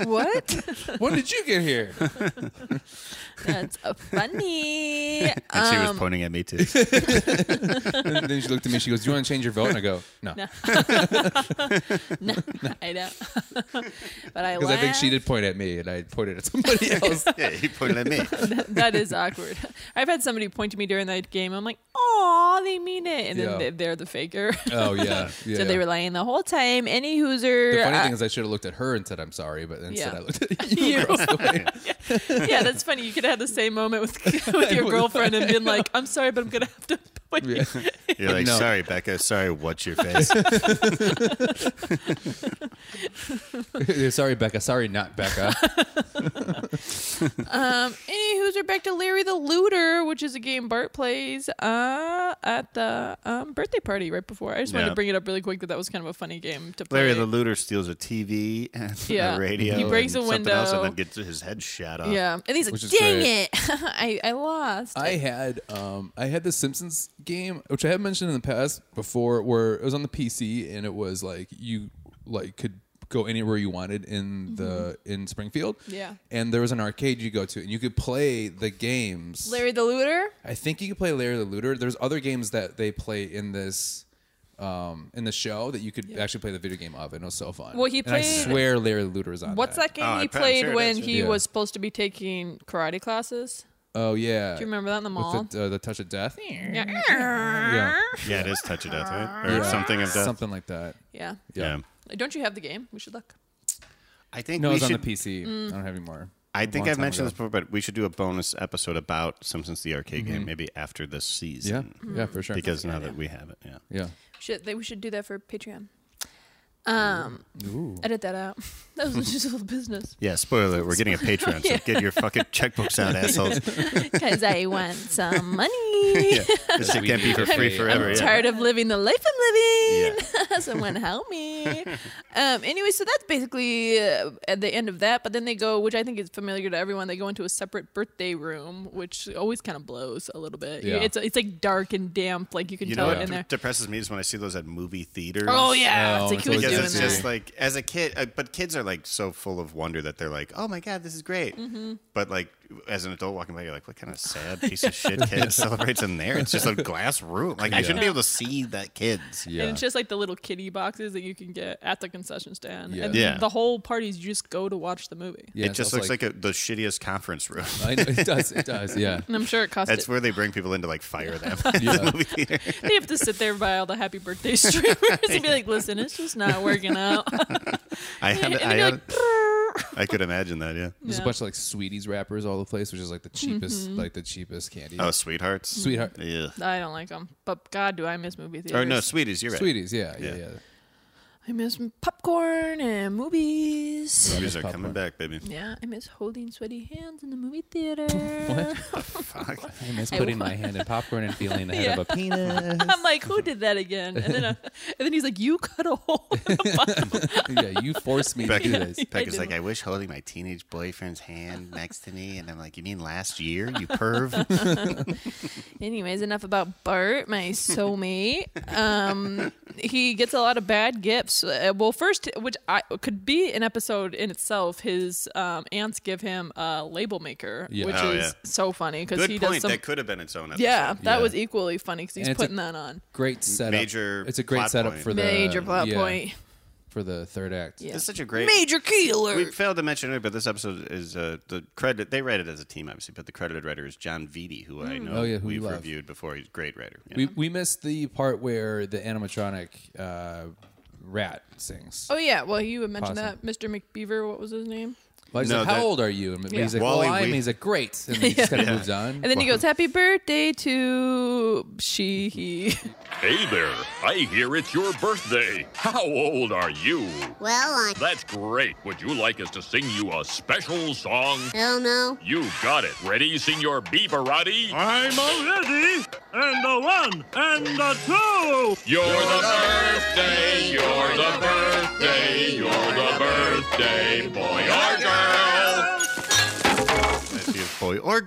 what? When did you get here?" That's uh, funny. um, And she was pointing at me too. And then she looked at me. She goes, "Do you want to change your vote?" And I go, "No," No. no, I don't. but I because I think she laugh. did point at me, and I pointed at somebody else. yeah, he pointed at me. that is awkward. I've had somebody point to me during that game. I'm like, oh, they mean it, and Yeah. then they, they're the faker. Oh yeah, yeah. so they yeah. were lying the whole time. Any hooser. The funny I- thing is, I should have looked at her and said I'm sorry, but instead I Yeah. looked at you. you. yeah, that's funny. You could have had the same moment with with your girlfriend and been like, "I'm sorry, but I'm gonna have to." Wait. Yeah. You're like, No. sorry, Becca. Sorry, what's your face? sorry, Becca. Sorry, not Becca. Um, anywho's, we're back to Larry the Looter, which is a game Bart plays uh, at the um, birthday party right before. I just wanted Yeah. to bring it up really quick that that was kind of a funny game to play. Larry the looter steals a TV and Yeah. a radio. He breaks and a something else and window. then gets his head shot off. yeah, and he's Uh, Which like, is "Dang great. it, I, I lost." I had um I had the Simpsons game, which I have mentioned in the past before, where it was on the PC and it was like you like could go anywhere you wanted in the in Springfield. Mm-hmm. Yeah. And there was an arcade you go to and you could play the games. Larry the Looter. I think you could play Larry the Looter. There's other games that they play in this um in the show that you could actually play the video game of and it was so fun. Well, he And I played- swear Larry the Looter is on What's that game ah, Oh, he I'm sure played it when is, yeah. he Yeah. was supposed to be taking karate classes? Oh yeah. Do you remember that in the mall? With the, uh, the touch of death? Yeah. Yeah. Yeah, it is touch of death, right? Or Yeah. something of death. Something like that. yeah. Yeah. Don't you have the game? We should look. I think No, we it's should, on the PC. Mm. I don't have any more. I think Long I've time mentioned ago. this before, but we should do a bonus episode about Simpsons the arcade game, maybe after this Yeah, season. yeah, for sure. Because now that we have it, yeah. yeah, Should they, we should do that for Patreon. Um, edit that out. That was just a little business. Yeah, spoiler alert, we're getting a Patreon, so get your fucking checkbooks out, assholes. Because I want some money. Yeah. This shit can't be for I'm free forever. I'm yeah. tired of living the life I'm living. Yeah. Someone help me. Um, anyway, so that's basically uh, at the end of that. But then they go, which I think is familiar to everyone. They go into a separate birthday room, which always kind of blows a little bit. Yeah. It's it's like dark and damp. Like you can You know tell what it in there. depresses me is when I see those at movie theaters. Oh yeah, Oh, it's like it's who's always Because doing it's that? just like as a kid, uh, but kids are like so full of wonder that they're like, "Oh my god, this is great!" But like as an adult walking by, you're like, "What kind of sad piece of shit kid celebrates in there?" It's just a glass room. Like I shouldn't be able to see that kids. yeah. And it's just like the little kitty boxes that you can get at the concession stand. Yeah. And Yeah. the whole parties you just go to watch the movie. yeah it just looks like, a, the shittiest conference room. I know, it does. It does. Yeah, And I'm sure it costs. That's where they bring people in to like fire them. yeah. they have to sit there by all the happy birthday streamers and be like, "Listen, it's just not working out." I had, And I, they're had, like, I could imagine that. Yeah. There's a Yeah. bunch of like sweeties wrappers all over the place, which is like the cheapest, Mm-hmm. like the cheapest candy. Oh, sweethearts. Sweetheart- Yeah. I don't like them, but God, do I miss movie theaters? Or no, sweeties. You're right. sweeties. Yeah, yeah, yeah. Yeah. I miss popcorn and movies. Sweeties are popcorn. coming back, baby. Yeah, I miss holding sweaty hands in the movie theater. Fuck. I miss I putting my hand in popcorn and feeling the head of a peanut. I'm like, who did that again? And then, I, and then he's like, you cut a hole. in the bottom." yeah, you forced me to Becca, do this. I Becca's do. like, I wish holding my teenage boyfriend's hand next to me. And I'm like, You mean last year, you perv? Anyways, enough about Bart, my soulmate. Um, he gets a lot of bad gifts gifts. Uh, well, first, which I, could be an episode in itself, his um, aunts give him a label maker, Yeah. which Oh, is yeah. so funny because Good he does point. some. That could have been its own episode. yeah, that Yeah. was equally funny because he's And it's a- putting that on. Great setup. Major It's a great plot setup point. for the Major plot yeah, point. for the third act. Yeah. It's such a great Major killer. We failed to mention it, but this episode is uh, the credit. They write it as a team, obviously, but the credited writer is John Vitti, who Hmm. I know Oh, yeah, who we we've love. reviewed before. He's a great writer. Yeah. We we missed the part where the animatronic uh, rat sings. Oh yeah, well you had mentioned Awesome. that Mr. McBeaver, what was his name? Well, he's No, like, "How that- old are you?" And he's like, Wally "Well, I'm." Wee- He's like, "Great," and he just kind of moves on. And then he goes, "Happy birthday to she he." Hey there. I hear it's your birthday. How old are you? Well, I. That's great. Would you like us to sing you a special song? Oh no. You got it. Ready, Senor Beaverati? I'm already, and the one, and the two. You're the birthday, you're the birthday, you're the birthday boy or girl. If you're a boy or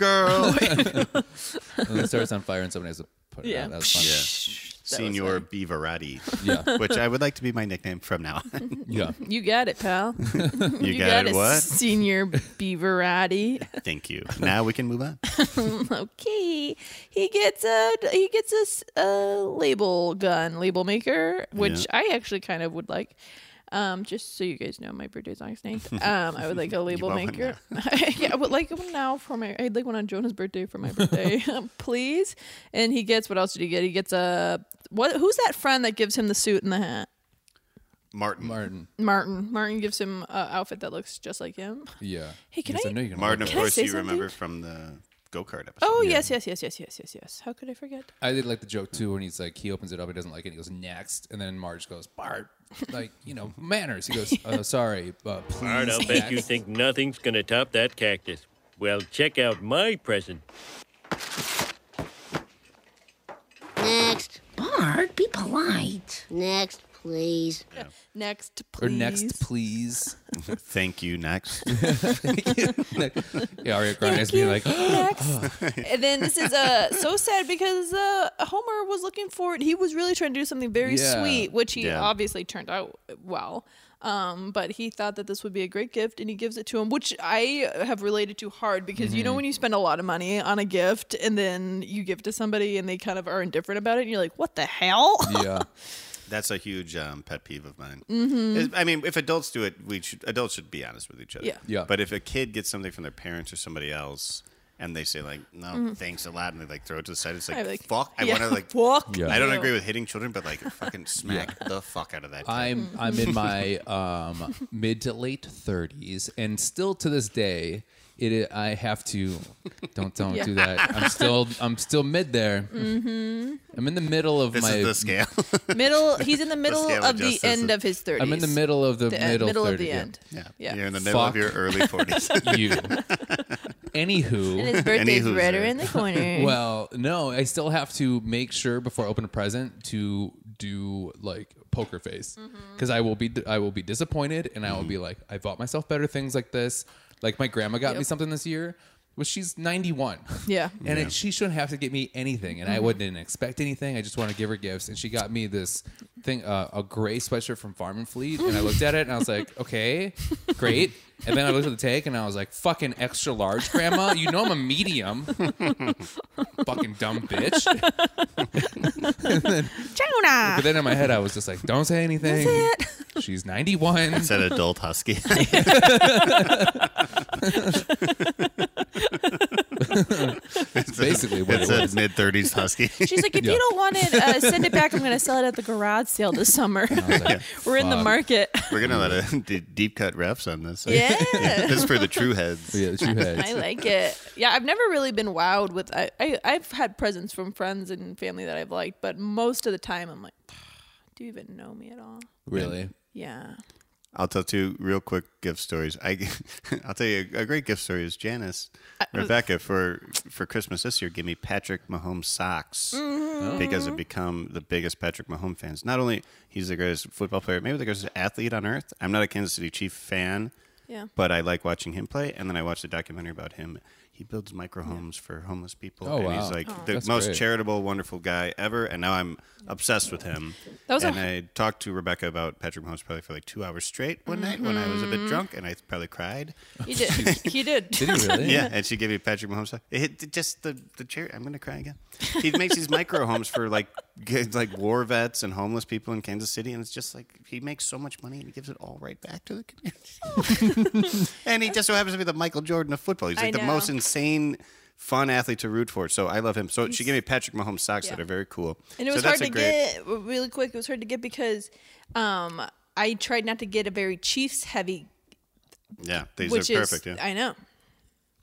girl, And it starts on fire, and someone has to put it Yeah. out. That was fun. Senor Beaverati, Yeah, which I would like to be my nickname from now on. yeah. You got it, pal. you, got, it, what? Senior Beaverati. Thank you. Now we can move on. okay. He gets a he gets a s- a label gun, label maker, which I actually kind of would like. Um, just so you guys know, my birthday's August 9th. Um, I would like a label want one maker. yeah, I would like one now for my. I'd like one on Jonah's birthday for my birthday, please. And he gets what else did he get? He gets a what? Who's that friend that gives him the suit and the hat? Martin. Martin, Martin. Martin. Martin gives him an outfit that looks just like him. Yeah. Hey, can Yes, I- know you can of work Can I course, say you remember from something? the go kart episode. Oh yes, yes, yes, yes, yes, yes, yes. How could I forget? it. I did like the joke too when he's like, he opens it up, he doesn't like it, he goes next, and then Marge goes, Bart, like you know manners. He goes, uh, sorry, uh, please. Bart, I'll bet you next." think nothing's gonna top that cactus. Well, check out my present. Next. Bart, be polite. Next, please. Next, please. Or next, please. Thank you. Next. Yeah, Ariana Grande's being like, "Oh, next. and then this is uh, so sad because uh, Homer was looking forward. He was really trying to do something very Yeah. sweet, which he Yeah. obviously turned out well. Um, but he thought that this would be a great gift, and he gives it to him, which I have related to hard because you know when you spend a lot of money on a gift and then you give it to somebody and they kind of are indifferent about it, and you're like, what the hell? yeah, That's a huge um, pet peeve of mine. Is- I mean, if adults do it, we should, adults should be honest with each other. Mm-hmm. Yeah. Yeah. But if a kid gets something from their parents or somebody else, and they say like, "No, thanks a lot," and they like throw it to the side, it's like, I'm Mm-hmm. like, "Fuck!" I yeah, want to like, fuck Yeah. I don't you. agree with hitting children, but like, fucking smack the fuck out of that. kid. I'm I'm in my um, mid to late thirties, and still to this day, it I have to don't don't Yeah. do that. I'm still I'm still mid there. Mm-hmm. I'm in the middle of this my is the scale. middle. He's in the middle scale of the adjusts end it. of his thirties. I'm in the middle of the, The end- middle, middle of 30, the yeah. end. yeah. Yeah. You're in the middle Fuck. of your early forties. You. And Anywho, his birthday's Anywho's right there. around the corner. well, no, I still have to make sure before I open a present to do like poker face because I will be I will be disappointed and I will be like I bought myself better things like this. Like my grandma got me something this year, which she's 91. yeah. And it, she shouldn't have to get me anything, and I wouldn't expect anything. I just want to give her gifts, and she got me this thing, uh, a gray sweatshirt from Farm and Fleet. And I looked at it, and I was like, "Okay, great." And then I looked at the tag, and I was like, "Fucking extra large, Grandma. You know I'm a medium. Fucking dumb bitch." But Jonah. then in my head, I was just like, "Don't say anything." She's 91. It's an adult husky. Basically, what it it's was. a mid thirties husky. She's like, if Yeah. you don't want it, uh, send it back. I'm going to sell it at the garage sale this summer. I was like, We're in the fuck. market. We're gonna let a d- deep cut refs on this. Yeah. this is for the true heads. Yeah, she had. I like it. Yeah, I've never really been wowed with. I, I I've had presents from friends and family that I've liked, but most of the time I'm like, do you even know me at all? Really? Yeah. I'll tell two real quick gift stories. I, I'll tell you a, a great gift story is Janice, Rebecca for for Christmas this year gave me Patrick Mahomes socks because I've become the biggest Patrick Mahomes fans. Not only he's the greatest football player, maybe the greatest athlete on earth. I'm not a Kansas City Chief fan, Yeah. But I like watching him play, and then I watched a documentary about him. He builds micro homes for homeless people, Oh, and wow. he's like the That's most great. charitable, wonderful guy ever. And now I'm obsessed with him. That was a- and I talked to Rebecca about Patrick Mahomes probably for like two hours straight one night when I was a Mm-hmm. bit drunk, and I probably cried. He did. he did. Did he really? Yeah, and she gave me Patrick Mahomes. stuff. It, hit- just the the chair. I'm gonna cry again. He makes these micro homes for like g- like war vets and homeless people in Kansas City, and it's just like he makes so much money and he gives it all right back to the community. and he just so happens to be the Michael Jordan of football. He's I like the know. most insane. Fun athlete to root for, so I love him. So she gave me Patrick Mahomes socks that yeah. are very cool, And it was so hard that's a to great, get really quick. It was hard to get because um, I tried not to get a very Chiefs heavy, Yeah, these which are is perfect. yeah. I know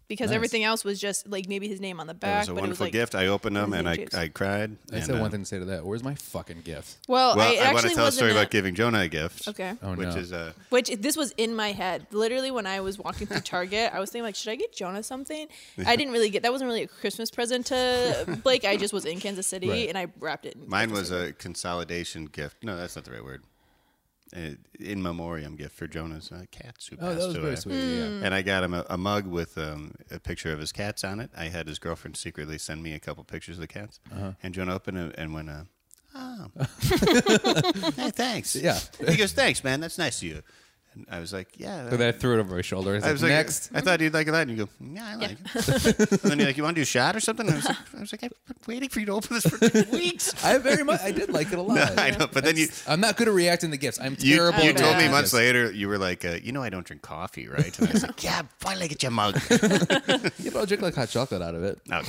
because everything else was just like maybe his name on the It back. was a but wonderful it was like, gift. I opened them and I, Chiefs. I cried. I and, said uh, one thing to say to that. Where's my fucking gift? Well, Well, I, it I, want actually to tell a wasn't story about giving Jonah a gift. Okay. Oh, which no. is uh, Which this was in my head. Literally, when I was walking through Target, I was thinking like, should I get Jonah something? I didn't really get that. Wasn't really a Christmas present to Blake. I just was in Kansas City Right. and I wrapped it. in mine Kansas was a consolidation gift. No, that's not the right word. Uh, in memoriam gift for Jonah's uh, cats who Oh, passed that was away. very sweet. Yeah. And I got him a, a mug with um, a picture of his cats on it. I had his girlfriend secretly send me a couple pictures of the cats, Uh-huh. and Jonah opened it and went, uh, "Oh, hey, thanks." Yeah. he goes, "Thanks, man. That's nice of you." And I was like, "Yeah." So then I threw it over my shoulder. I was, I like, was like, next. I thought you'd like that. And you go, yeah, I like it. and then you're like, you want to do a shot or something? And I was like, I was like, I've been waiting for you to open this for two weeks. I very much. I did like it a lot. I know, but then you, I'm not good at reacting to gifts. I'm you, terrible. you at told me reacting to months gifts. later, you were like, uh, you know, I don't drink coffee, right? And I was like, yeah, finally get you a mug. Yeah, but I'll drink like hot chocolate out of it. No,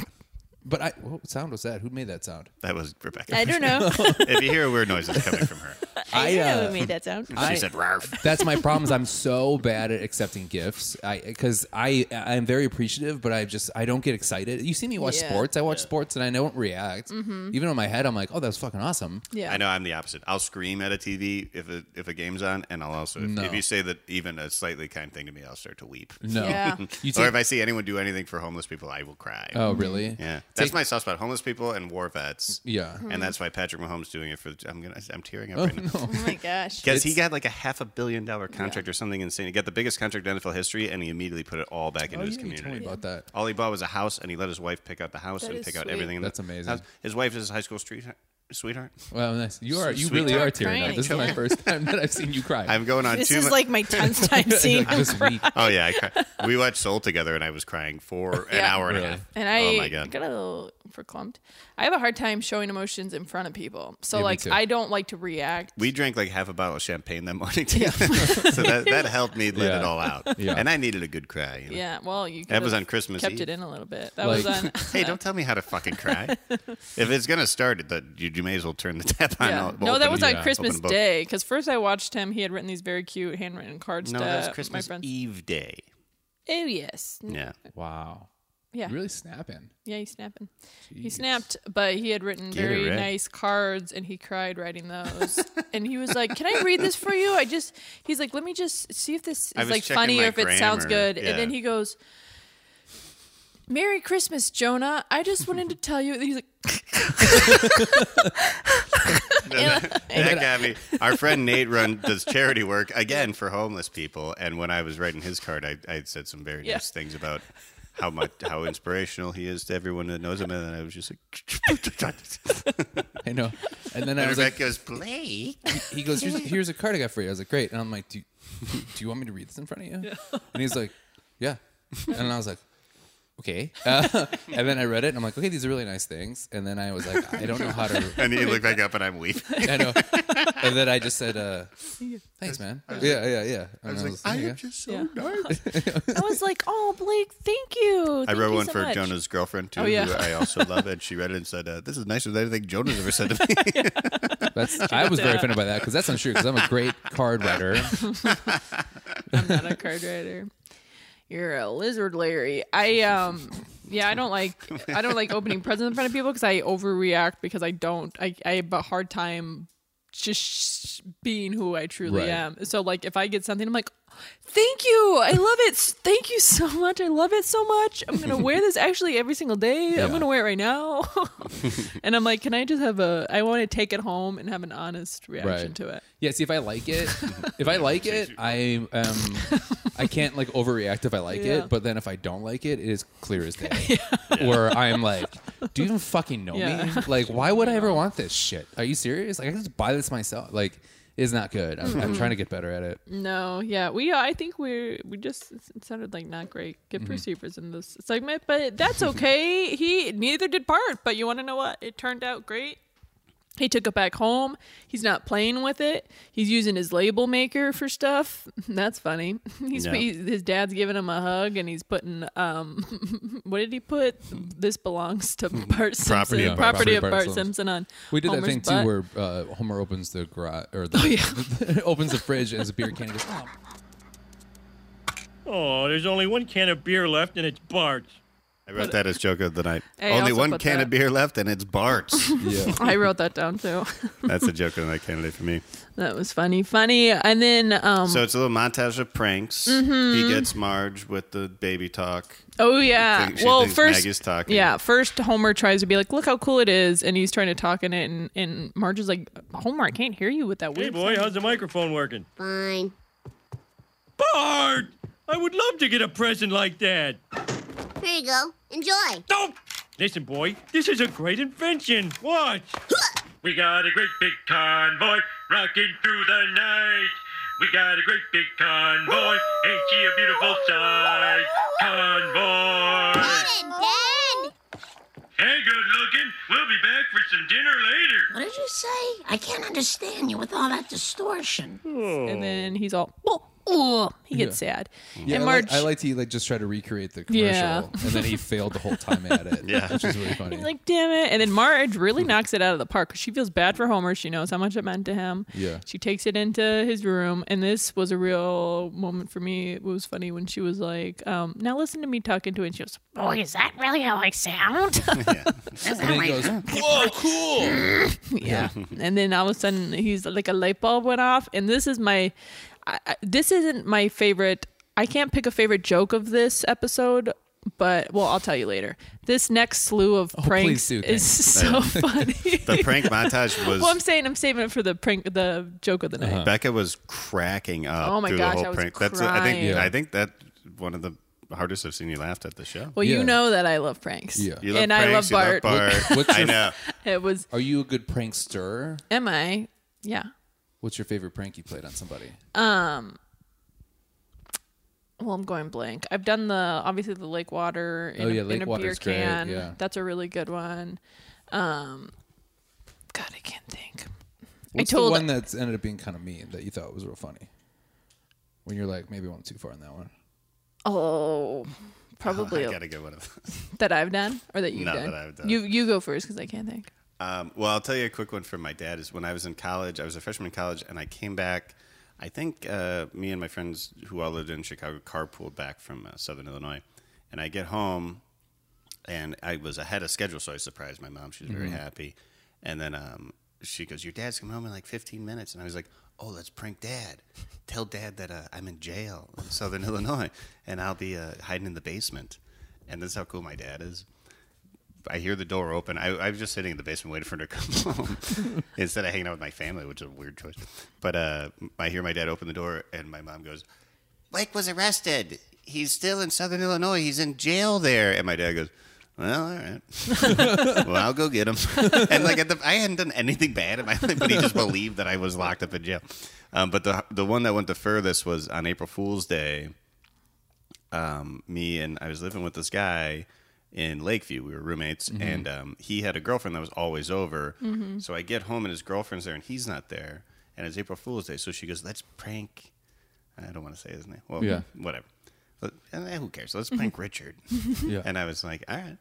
But I, what sound was that? Who made that sound? that was Rebecca. City. I don't know. if you hear a weird noise, it's coming from her. I, I, don't know uh, what made that sound. She I- said, Rarf. That's my problem. Is I'm so bad at accepting gifts. I because I I'm very appreciative, but I just I don't get excited. You see me watch Yeah. Mm-hmm. sports. I watch sports and I don't react. Even in my head, I'm like, oh, that was fucking awesome. yeah. I know I'm the opposite. I'll scream at a TV if a, if a game's on, and I'll also if, if you say that even a slightly kind thing to me, I'll start to weep. No, Yeah. Oh you or take. if I see anyone do anything for homeless people, I will cry. oh, really? Yeah, that's Take- my soft spot: homeless people and war vets. Yeah. Uh-huh. and that's why Patrick Mahomes doing it for. The, I'm gonna. I'm tearing up right now Oh my gosh. because he got like a half a billion dollar contract or something insane. He got the biggest contract in NFL history, and he immediately put it all back into Oh, his yeah, you told community. me about that. All he bought was a house, and he let his wife pick out the house That and is pick out sweet. everything. in the That's amazing. house. His wife is his high school street sweetheart. Well, nice. You are. You Sweet. really are Stop tearing up. crying. This is my first time that I've seen you cry. I'm going on this too is mu- like my tenth time seeing him this week. Oh yeah, I cried. we watched Soul together, and I was crying for an Yeah. hour and a Really? half. And I oh my god, got a little verklempt. I have a hard time showing emotions in front of people. So Yeah, me like too. I don't like to react. We drank like half a bottle of champagne that morning, too. so that, that helped me let it Yeah. all out. Yeah. And I needed a good cry. you know? yeah, well, you That was could've on Christmas Kept Eve. it in a little bit. That was Like- on. Hey, don't tell me how to fucking cry. if it's gonna start, it, that you, you may as well turn the tap on. Yeah. I'll- No, open that it. was Yeah. on Open Christmas book. Day because first I watched him. He had written these very cute handwritten cards No, to that was Christmas my friends. Eve day. Oh yes, Yeah, Wow. yeah, Really snapping. yeah. He's snapping. He snapped, but he had written it, very Ray. nice cards, and he cried writing those. and he was like, "Can I read this for you?" I just. He's like, "Let me just see if this I is was like checking funny my or if it sounds grammar. good." And then Yeah. he goes. Merry Christmas, Jonah. I just wanted to tell you. And he's like, that got me. Our friend Nate run does charity work again for homeless people, and when I was writing his card, I, I said some very Yeah. nice things about how much how inspirational he is to everyone that knows him, and I was just like, I know. And then I and was Rebecca like, goes, "Play." he goes, here's, here's a card I got for you. I was like, great. And I'm like, do, do you want me to read this in front of you? And he's like, yeah. And I was like, okay. Uh, and then I read it and I'm like, okay, these are really nice things. And then I was like, I don't know how to, And you look back up, and I'm weeping. I know. And then I just said, uh, thanks, man. Yeah, yeah, yeah. And I was like, there you go. just so Yeah. nervous. I was like, oh, Blake, thank you. I Thank wrote you one so for much." Jonah's girlfriend too, Oh, yeah. who I also love, and she read it and said, uh, "This is nicer than anything Jonah's ever said to me." That's, I was very offended by that because that's untrue because I'm a great card writer. not a card writer. You're a lizard, Larry. I um, yeah, I don't like I don't like opening presents in front of people because I overreact because I don't I I have a hard time just being who I truly Right. am. So like if I get something, I'm like, Thank you. I love it. S- Thank you so much. I love it so much. I'm gonna wear this actually every single day. I'm gonna wear it right now. and I'm like, can I just have a? I want to take it home and have an honest reaction to it. Yeah, see if I like it, if I like it, I um, I can't like overreact if I like Yeah. it, but then if I don't like it, it is clear as day. Where I'm like, do you even fucking know me? Yeah. Like, why would I ever want this shit? Are you serious? Like, I can just buy this myself. Like, it's not good. I'm, I'm trying to get better at it. No, yeah, we. I think we we just it sounded like not great good perceivers in this segment, but that's okay. he neither did part, but you want to know what? It turned out great. He took it back home. He's not playing with it. He's using his label maker for stuff. That's funny. He's Yeah. he's- his dad's giving him a hug, and he's putting um, what did he put? This belongs to Bart Simpson. Property of property, Bart of Bart, Simpson. on. We did Homer's that thing butt. Oh, too, where uh, Homer opens the garage or the, opens the fridge and there's a beer can. And goes, oh, Oh, there's only one can of beer left, and it's Bart's. I wrote that as joke of the night. I Only also one put can that. of beer left, and it's Bart's. I wrote that down too. That's a joke of the night candidate for me. That was funny, funny. And then, um, So it's a little montage of pranks. Mm-hmm. He gets Marge with the baby talk. oh yeah. think- she well, thinks first, Maggie's talking. yeah, first Homer tries to be like, "Look how cool it is," and he's trying to talk in it, and and Marge is like, "Homer, I can't hear you with that Hey, weird." boy, sound." how's the microphone working? Fine. Bart! I would love to get a present like that. Here you go. Enjoy. Don't! Listen, boy, this is a great invention. Watch. We got a great big convoy rocking through the night. We got a great big convoy. Ain't she a beautiful sight? Convoy. Dad, Dad! Hey, good looking. We'll be back for some dinner later. What did you say? I can't understand you with all that distortion. And then he's all, "Oh, oh," he gets sad. Yeah, Mm. and I, Marge, like, I like to like just try to recreate the commercial, Yeah. and then he failed the whole time at it. Yeah. which is really funny. He's like, damn it. And then Marge really knocks it out of the park 'cause she feels bad for Homer. She knows how much it meant to him. Yeah. She takes it into his room. And this was a real moment for me. It was funny when she was like, um, now listen to me talking to it. And she goes, Boy, is that really how I sound? Is that and my- he goes, "Whoa, cool!" yeah. and then all of a sudden, he's like a light bulb went off. And this is my, I, I- this isn't my favorite. I can't pick a favorite joke of this episode. But well, I'll tell you later. This next slew of pranks Oh, do, is so funny. The prank montage was. Well, I'm saying I'm saving it for the prank, the joke of the night. Uh-huh. Becca was cracking up Oh my through gosh, the I whole was prank. That's I think crying. I think that one of the hardest I've seen you laughed at the show. Well, Yeah. you know that I love pranks. Yeah. you love and I love pranks, Bart. You love Bart. What's I your- know. It was, Are you a good prankster? am I? Yeah. What's your favorite prank you played on somebody? Well, I'm going blank. I've done the obviously the lake water in, Oh, a- yeah, in lake a beer water's great, can. yeah. That's a really good one. Um, God, I can't think. What's told- the one that's ended up being kind of mean that you thought was real funny? When you're like, maybe I went too far on that one. Oh, probably I gotta get one of those. that I've done or that you've No, done. that I've done. You you go first because I can't think. Um, well, I'll tell you a quick one from my dad. Is when I was in college, I was a freshman in college, and I came back. I think uh, me and my friends who all lived in Chicago carpooled back from uh, Southern Illinois, and I get home, and I was ahead of schedule, so I surprised my mom. She was very happy, and then um, she goes, "Your dad's coming home in like 15 minutes," and I was like, "Oh, let's prank dad. Tell dad that uh, I'm in jail in Southern Illinois, and I'll be uh, hiding in the basement." And this is how cool my dad is. I hear the door open. I, I was just sitting in the basement waiting for her to come home instead of hanging out with my family, which is a weird choice. But uh, I hear my dad open the door, and my mom goes, Mike was arrested. He's still in Southern Illinois. He's in jail there. And my dad goes, well, all right. well, I'll go get him. and like, at the, I hadn't done anything bad in my life, but he just believed that I was locked up in jail. Um, but the the one that went the furthest was on April Fool's Day me and I was living with this guy in Lakeview. We were roommates, Mm-hmm. and um, he had a girlfriend that was always over. So I get home, and his girlfriend's there, and he's not there. And it's April Fool's Day, so she goes, "Let's prank." I don't want to say his name. Well, Yeah. whatever. But, and, eh, who cares? Let's prank Richard. Yeah. And I was like, all right.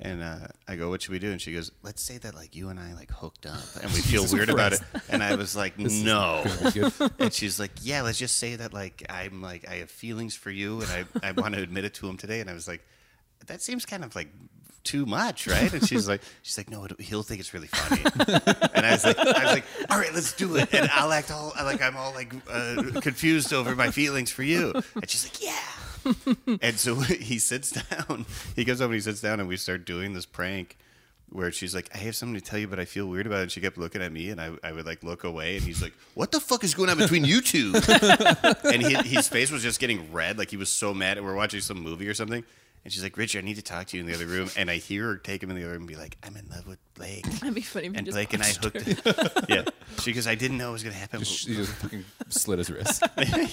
And uh, I go, what should we do? And she goes, let's say that like you and I like hooked up, and we feel weird about it. And I was like, no. And she's like, yeah, let's just say that like I'm like I have feelings for you, and I I want to admit it to him today. And I was like, that seems kind of like too much, right? And she's like, she's like, no, it, he'll think it's really funny. and I was like, I was like, all right, let's do it. And I'll act all like I'm all like uh, confused over my feelings for you. And she's like, yeah. and so he sits down. He goes over, and he sits down, and we start doing this prank. Where she's like, I have something to tell you, but I feel weird about it. And she kept looking at me, and I, I would like look away, and he's like, What the fuck is going on between you two? and he, his face was just getting red, like he was so mad. And we're watching some movie or something. And she's like, Richie, I need to talk to you in the other room. And I hear her take him in the other room and be like, I'm in love with Blake. That'd be funny. If you And just Blake and I punched hooked her. it. yeah. She goes, I didn't know it was going to happen. She just fucking slit his wrist.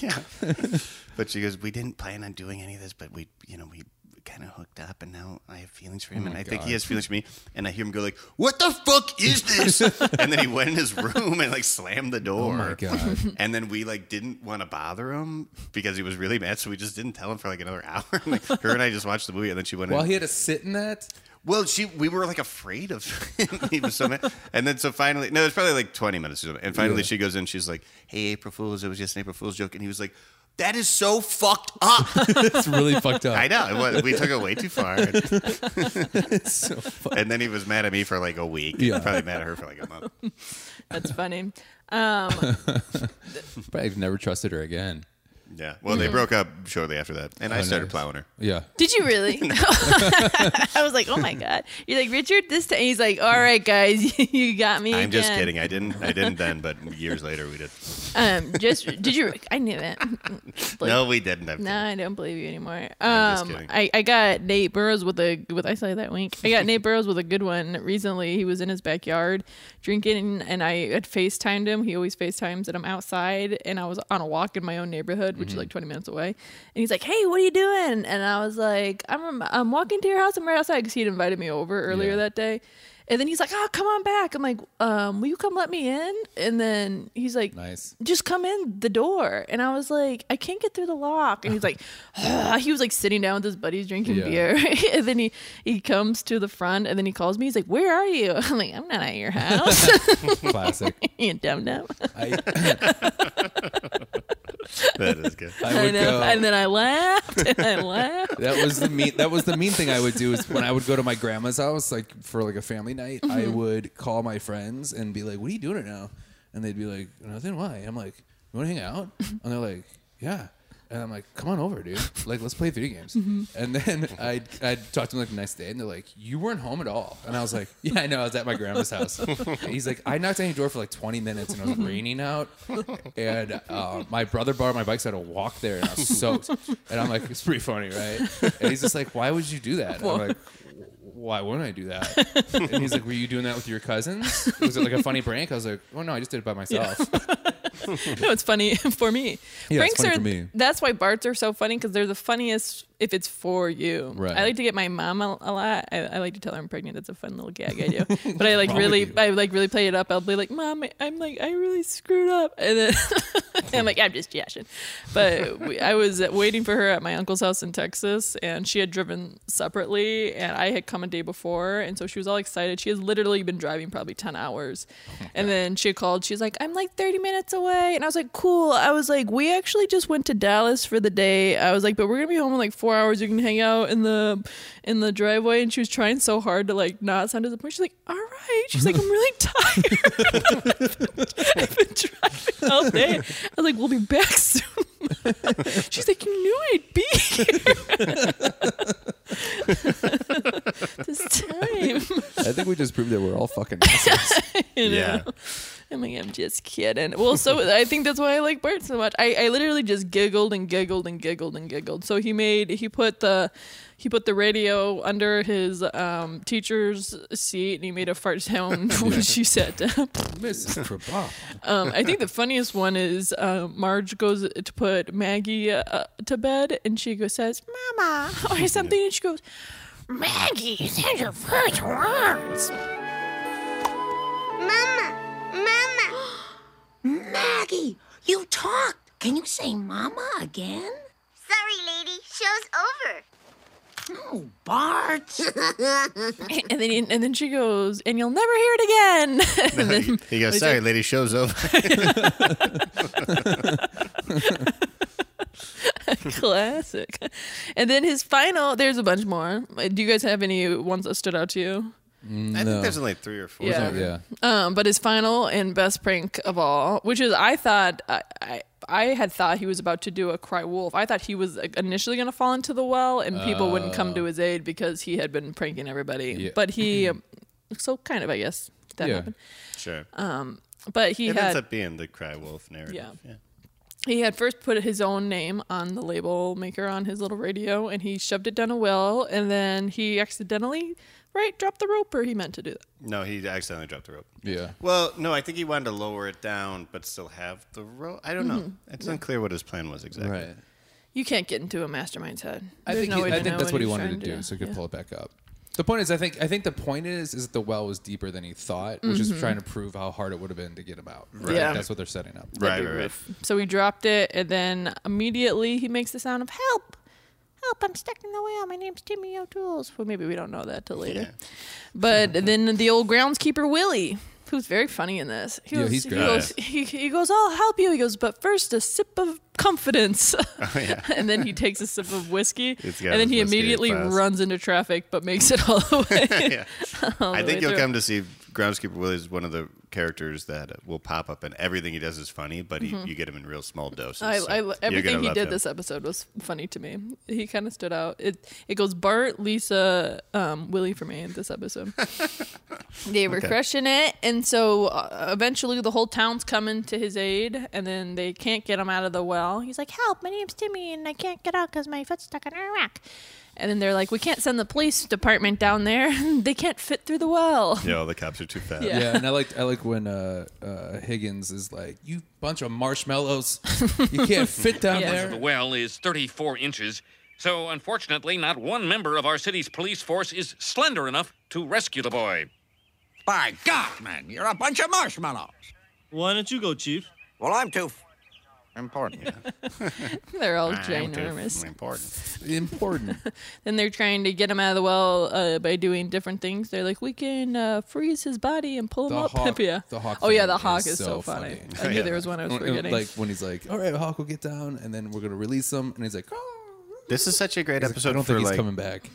yeah. But she goes, We didn't plan on doing any of this, but we, you know, we kind of hooked up and now I have feelings for him. and I think he Oh God. has feelings for me. And I hear him go, like, What the fuck is this? and then he went in his room and like slammed the door. Oh my god. And then we like didn't want to bother him because he was really mad, so we just didn't tell him for like another hour. like, her and I just watched the movie, and then she went. While in. he had to sit in that, well, she we were like afraid of him. he was so mad. And then so finally, no, it's probably like twenty minutes or something. And finally, Yeah. she goes in. She's like, "Hey, April Fools! It was just an April Fools joke." And he was like, "That is so fucked up." it's really fucked up. I know. It was, we took it way too far. And, It's so fu- and then he was mad at me for like a week. Yeah. Probably mad at her for like a month. That's funny. but I've never trusted her again. Yeah. Well, they broke up shortly after that, and I started Oh, nice. plowing her. Yeah. Did you really? I was like, oh my god. You're like Richard this time. He's like, all right, guys, you got me. I'm just again." kidding. I didn't. I didn't then, but years later we did. Um, just did you? I knew it. Like- No, we didn't. I'm kidding. No, I don't believe you anymore. I'm just Um, kidding. I, I got Nate Burrows with a with I say that wink. I got Nate Burrows with a good one recently. He was in his backyard drinking, and I had FaceTimed him. He always FaceTimes that I'm outside, and I was on a walk in my own neighborhood, Mm-hmm. which is like 20 minutes away. And he's like, "Hey, what are you doing?" And I was like, "I'm I'm walking to your house. I'm right outside because he had invited me over earlier Yeah. that day." And then he's like, "Oh, come on back." I'm like, um, "Will you come let me in?" And then he's like, Nice. just come in the door. And I was like, I can't get through the lock. And he's like, "Ugh." he was like sitting down with his buddies drinking Yeah. beer. and then he, he comes to the front and then he calls me. He's like, Where are you? I'm like, I'm not at your house. Classic. you dumb dumb. I, That is good. I I would know. go. And then I laughed and I laughed. That was the mean. That was the mean thing I would do is when I would go to my grandma's house, like for like a family night, I would call my friends and be like, "What are you doing right now?" And they'd be like, "Nothing." Why? I'm like, "You want to hang out?" And they're like, "Yeah." And I'm like, "Come on over, dude. Like, let's play video games." And then I'd I'd talk to them like the next day, and they're like, "You weren't home at all." And I was like, "Yeah, I know. I was at my grandma's house." And He's like, "I knocked on your door for like 20 minutes, and it was raining out, and uh, my brother borrowed my bike, so I had to walk there, and I was soaked." And I'm like, "It's pretty funny, right?" And he's just like, "Why would you do that?" And I'm like. Why wouldn't I do that? And he's like, "Were you doing that with your cousins? Was it like a funny prank?" I was like, "Oh no, I just did it by myself." No, it's funny for me. Yeah, Pranks it's funny are for me. that's why Barts are so funny because they're the funniest if it's for you. Right. I like to get my mom a, a lot. I, I like to tell her I'm pregnant. That's a fun little gag I do. But I like really, I like really play it up. I'll be like, Mom, I- I'm like, I really screwed up, and then I'm like, I'm just joshing. But we, I was waiting for her at my uncle's house in Texas, and she had driven separately, and I had come a day before, and so she was all excited. She has literally been driving probably ten hours, and then she called. She's like, I'm like 30 minutes away, and I was like, Cool. I was like, We actually just went to Dallas for the day. I was like, But we're gonna be home in like four hours. You can hang out in the in the driveway. And she was trying so hard to like not sound disappointed. She's like, All right. She's like, I'm really tired. I've been driving all day. I was like, We'll be back soon. She's like, You knew I'd be here this time. I think we just proved that we're all fucking assholes. You know? Yeah. I'm like, I'm just kidding. Well, so I think that's why I like Bart so much. I, I literally just giggled and giggled and giggled and giggled. So he made he put the he put the radio under his um, teacher's seat and he made a fart sound when she sat down. Mrs. Krabappel. Um, I think the funniest one is uh, Marge goes to put Maggie uh, to bed and she goes says Mama or something and she goes Maggie, there's a first words. Mama, Mama. Maggie, you talked. Can you say mama again? Sorry, lady. Show's over. No, Bart. and then and then she goes and you'll never hear it again. and then He goes, sorry, lady, show's over. Classic. And then his final, there's a bunch more. Do you guys have any ones that stood out to you? I think there's only like three or four. Yeah. Yeah. Um, but his final and best prank of all, which is I thought I, I I had thought he was about to do a cry wolf. I thought he was like, initially going to fall into the well and people wouldn't come to his aid because he had been pranking everybody. Oh. Yeah. But he, um, so kind of I guess that Yeah. happened. Sure. But he it had ends up being the cry wolf narrative. Yeah. yeah. He had first put his own name on the label maker on his little radio, and he shoved it down a well, and then he accidentally, right, dropped the rope, or he meant to do that. No, he accidentally dropped the rope. Yeah. Well, no, I think he wanted to lower it down, but still have the rope. I don't know. Mm-hmm. It's unclear what his plan was exactly. Right. You can't get into a mastermind's head. I There's think, no he- way I to think know that's what he he's wanted to trying do, so he could yeah. pull it back up. The point is, I think I think the point is is that the well was deeper than he thought, which is trying to prove how hard it would have been to get him out. Right. Mm-hmm. Yeah. That's what they're setting up. Right, right, right. So he dropped it, and then immediately he makes the sound of help. Help, I'm stuck in the well. My name's Timmy O'Toole's. Well, maybe we don't know that till later. But then the old groundskeeper, Willie, who's very funny in this. He Yeah, goes, he's he great. goes, he, he goes, I'll help you. He goes, but first a sip of confidence. Oh, and then he takes a sip of whiskey. It's got And then his he whiskey immediately fast. runs into traffic, but makes it all the way. Yeah. I way think you'll through. come to see Groundskeeper Willie is one of the characters that will pop up, and everything he does is funny, but he, you get him in real small doses. Mm-hmm. I, so I, you're everything gonna he love did him. this episode was funny to me. He kind of stood out. It it goes Bart, Lisa, um, Willie for me this episode. they were crushing it, and so uh, eventually the whole town's coming to his aid, and then they can't get him out of the well. He's like, "Help! My name's Timmy, and I can't get out because my foot's stuck in a rock." And then they're like, "We can't send the police department down there. they can't fit through the well." Yeah, all the cops are too fat. Yeah. Yeah, and I like I like when uh, uh, Higgins is like, "You bunch of marshmallows, you can't fit down Yeah. The there." well is 34 inches, so unfortunately, not one member of our city's police force is slender enough to rescue the boy. By God, man, you're a bunch of marshmallows. Why don't you go, Chief? Well, I'm too f- important. They're all I'm too ginormous. Important. Important. Then they're trying to get him out of the well uh, by doing different things. They're like, we can uh, freeze his body and pull The him up. hawk- yeah. the hawk oh yeah, thing the is hawk is, so so funny. funny. I knew Yeah. Mm, there was one I was When- forgetting. like when he's like, "All right, Hawk will get down, and then we're gonna release him," and he's like, "Oh." This is such a great He's like, episode I don't for think he's like coming back.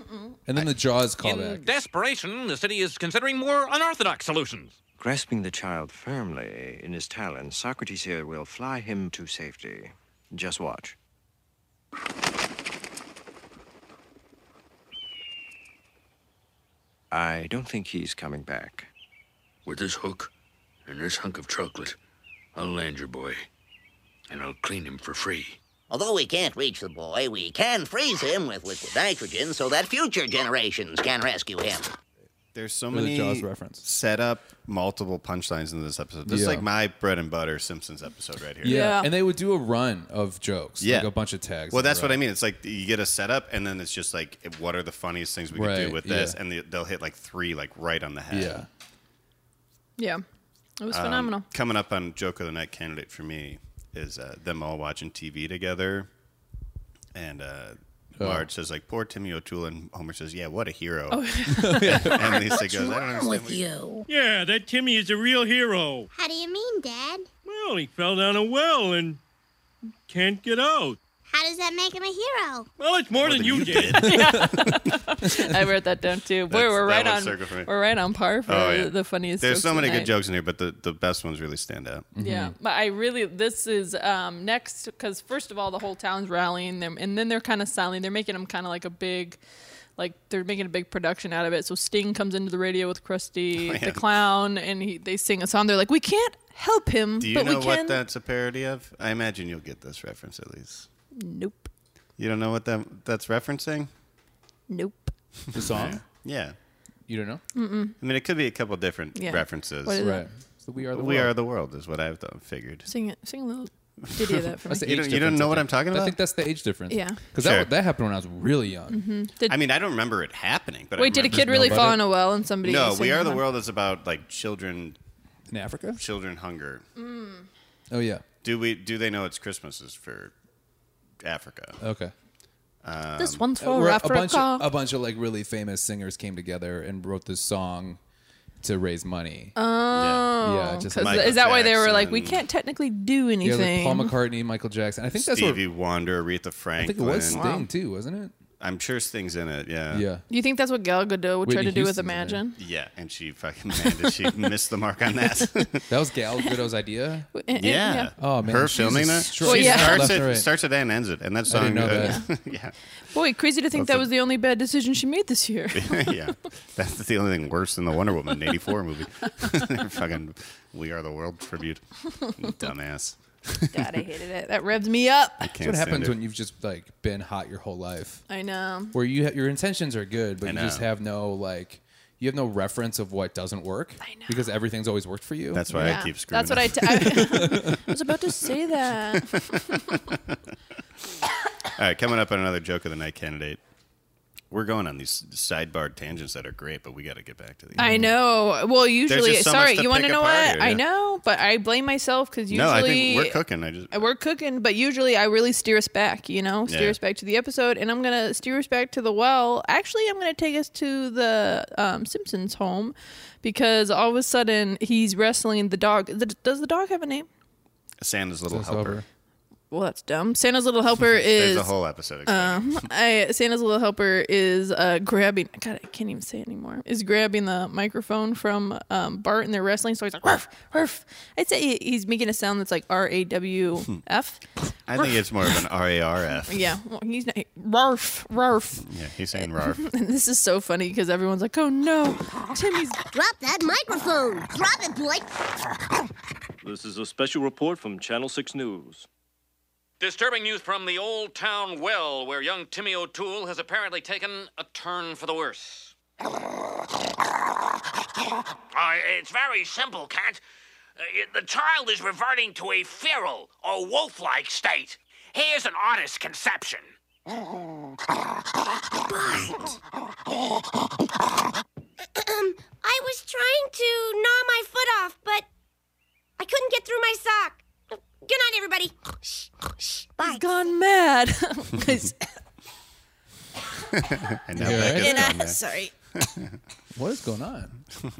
And then the Jaws In callback. desperation, the city is considering more unorthodox solutions. Grasping the child firmly in his talons, Socrates here will fly him to safety. Just watch. I don't think he's coming back. With this hook and this hunk of chocolate, I'll land your boy. And I'll clean him for free. Although we can't reach the boy, we can freeze him with liquid nitrogen so that future generations can rescue him. There's so the many Jaws reference. set up multiple punchlines in this episode. This is Yeah. like my bread and butter Simpsons episode right here. Yeah. and they would do a run of jokes, Yeah. like a bunch of tags. Well, that's what I mean. mean. It's like you get a setup, and then it's just like, what are the funniest things we could Right, do with this? yeah. And they, they'll hit like three, like right on the head. Yeah, yeah, it um, was phenomenal. Coming up on joke of the night candidate for me is uh, them all watching TV together, and uh, Oh. Marge says like, "Poor Timmy O'Toole," and Homer says, "Yeah, what a hero." Oh. and Lisa goes, "I don't What's wrong understand." with you? Yeah, that Timmy is a real hero. How do you mean, Dad? Well, he fell down a well and can't get out. How does that make him a hero? Well, it's more, than, you, did. I wrote that down too. Boy, That's- we're that right one's on. circle for me. We're right on par for Oh, yeah. the- the funniest. There's jokes of so many the good night. jokes in here, but the, the best ones really stand out. Mm-hmm. Yeah, but I really this is um, next because first of all the whole town's rallying them, and then they're kind of selling. They're making them kind of like a big, like they're making a big production out of it. So Sting comes into the radio with Krusty Oh, yeah. the Clown, and he, they sing a song. They're like, "We can't help him, Do you but know we what can." that's a parody of? I imagine you'll get this reference at least. nope, You don't know what that that's referencing? nope. the song. Yeah. You don't know, I mean, it could be a couple different Yeah. references. What is right? So we are the we world. are the world is what I've done- figured. Sing it. Sing a little ditty of that for me. That's the You age don't- you don't difference, know I what I'm think. talking I about? think that's the age difference. Yeah. Mm-hmm. because Sure. that that happened when I was really young. I mean, I don't remember it happening, but I Wait, did a remember- kid really about fall it. in a well and somebody? No, sang we are the along? world is about like children, In Africa? children hunger. Mm. Oh yeah. Do we? Do they know it's Christmas is for Africa? Okay. This one's Where for a bunch Oh, Africa. of, a bunch of like really famous singers came together and wrote this song to raise money. Oh, Yeah, just 'cause Michael is that why they were like, we Jackson. can't technically Yeah, do like anything? Paul McCartney, Michael Jackson. I think that's Stevie Wonder, Aretha what I Franklin. think it was Sting too, wasn't it? I'm sure Sting's in it. Yeah. Yeah. you think that's what Gal Gadot would try to do with Imagine? Yeah, and she fucking man, she missed the mark on that. that was Gal Gadot's idea. eh, yeah. Oh man, her she's filming that. She destroyed left starts and it, right. starts it and ends it, and that I didn't song. know uh, that. yeah, Boy, crazy to think That's that a- was the only bad decision she made this year. yeah. That's the only thing worse than the Wonder Woman '84 movie. fucking "We Are the World" tribute. Dumbass. God, I hated it. That revs me up. That's what happens when you've just like been hot your whole life, I know. where you ha- your intentions are good, but I you just know. have no like. You have no reference of what doesn't work because everything's always worked for you. That's why I Yeah. keep screwing That's what I t- I I was about to say that. All right, coming up on another joke of the night candidate. We're going on these sidebar tangents that are great, but we got to get back to these. I know. Well, usually, just so sorry, much to you want to pick know apart what? here, I yeah. know, but I blame myself because usually No, I think we're cooking. I just Uh, We're cooking, but usually I really steer us back, you know, steer Yeah. us back to the episode, and I'm gonna steer us back to the well. Actually, I'm gonna take us to the um, Simpsons home because all of a sudden he's wrestling the dog. The, does the dog have a name? Santa's little helper. Well, that's dumb. Santa's little helper There's is a whole episode. Um, I, Santa's little helper is uh, grabbing. God, I can't even say it anymore. Is grabbing the microphone from um, Bart, and they're wrestling. So he's like, "Ruff, ruff." I'd say he- he's making a sound that's like R A W F. I think it's more of an R A R F. Yeah, well, he's not, Rarf, Rarf. Yeah, he's saying Rarf. And this is so funny because everyone's like, "Oh no, Timmy's Drop that microphone. Drop it, Blake. This is a special report from Channel 6 News. Disturbing news from the old town well, where young Timmy O'Toole has apparently taken a turn for the worse. Uh, it's very simple, Kent. Uh, it- the child is reverting to a feral or wolf like state. Here's an artist's conception. Um, I was trying to gnaw my foot off, but I couldn't get through my sock. Good night, everybody. He's gone mad." and now You all Becca's right? gone there. sorry, What is going on?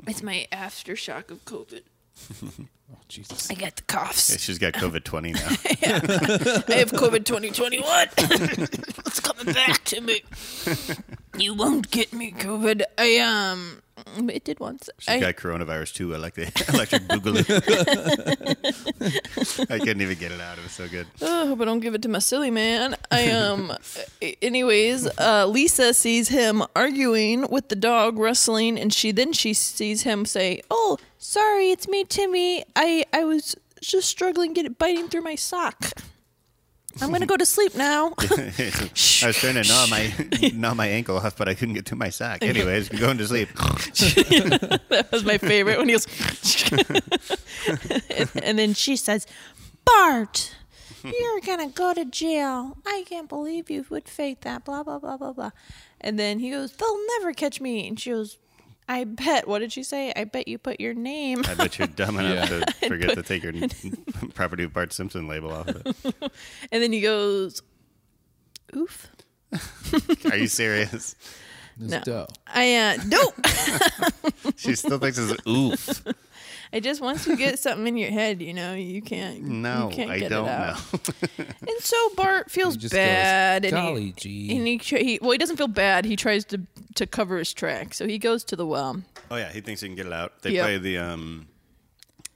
it's my aftershock of COVID. Oh, Jesus. I got the coughs. Yeah, she's got COVID 20 now. I have COVID 2021. it's coming back to me. You won't get me COVID. I um, it did once. She's I- got coronavirus too. I like the electric boogaloo. I couldn't even get it out. It was so good. Oh, hope I don't give it to my silly man. I um. anyways, uh, Lisa sees him arguing with the dog, wrestling, and she then she sees him say, "Oh, sorry, it's me, Timmy. I I was just struggling, get it biting through my sock. I'm gonna go to sleep now." I was trying to gnaw my gnaw my ankle off, but I couldn't get to my sock. Anyways, going to sleep. that was my favorite when he was. and, and then she says, Bart, You're gonna go to jail. I can't believe you would fake that. Blah blah blah blah blah. and then he goes, "They'll never catch me." And she goes, "I bet." What did she say? I bet you put your name. I bet you're dumb enough to I forget to put- take your property of Bart Simpson label off of it. and then he goes, "Oof." Are you serious? No. I uh nope. She still thinks it's oof. I just once you get something in your head, you know, you can't. No, you can't I get don't it know. out. And so Bart feels just bad, goes, and "Golly he, gee." and he, tr- he well, he doesn't feel bad. He tries to to cover his tracks, so he goes to the well. Oh yeah, he thinks he can get it out. They Yep. play the um,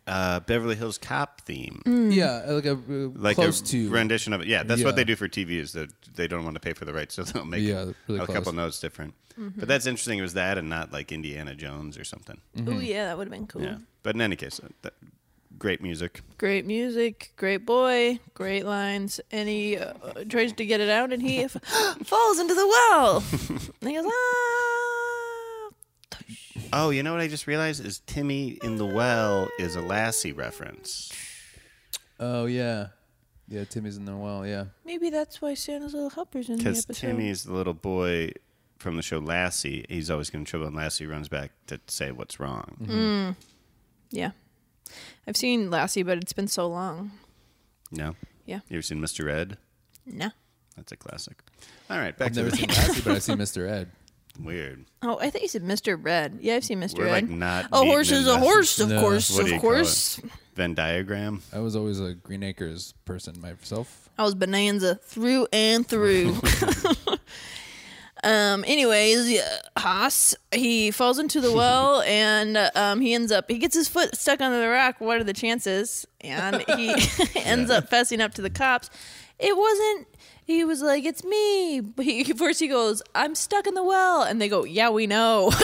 uh, Beverly Hills Cop theme, Mm. Yeah, like a uh, like close a to rendition of it. Yeah, that's what Yeah. they do for TV is that they don't want to pay for the rights, so they'll make Yeah, really a couple close. notes different. Mhm. But that's interesting. It was that and not like Indiana Jones or something. Mm-hmm. Oh yeah, that would have been cool. Yeah, but in any case, uh, that, great music. Great music, great boy, great lines, and he uh, tries to get it out, and he f- falls into the well. and he goes, ah. Oh, you know what I just realized is Timmy in the well is a Lassie reference. Oh yeah, yeah. Timmy's in the well. Yeah. Maybe that's why Santa's little helper's in the Because episode. Timmy's the little boy from the show Lassie. He's always getting in trouble, and Lassie runs back to say what's wrong. Mm. Yeah, I've seen Lassie, but it's been so long. No? Yeah. You ever seen Mr. Ed? No. That's a classic. All right, back I've to never the- seen Lassie, but I've seen Mr. Ed. Weird. Oh, I thought you said Mr. Red. Yeah, I've seen mister We're like Red. not. a beaten horse in is a the- horse, of course, What do you of call it? course. Venn diagram. I was always a Green Acres person myself. I was bonanza through and through. um. Anyways, yeah, Haas he falls into the well and uh, um he ends up he gets his foot stuck under the rock. What are the chances? And he ends up fessing up to the cops. It wasn't. He was like, "It's me." But he, first, he goes, "I'm stuck in the well," and they go, "Yeah, we know."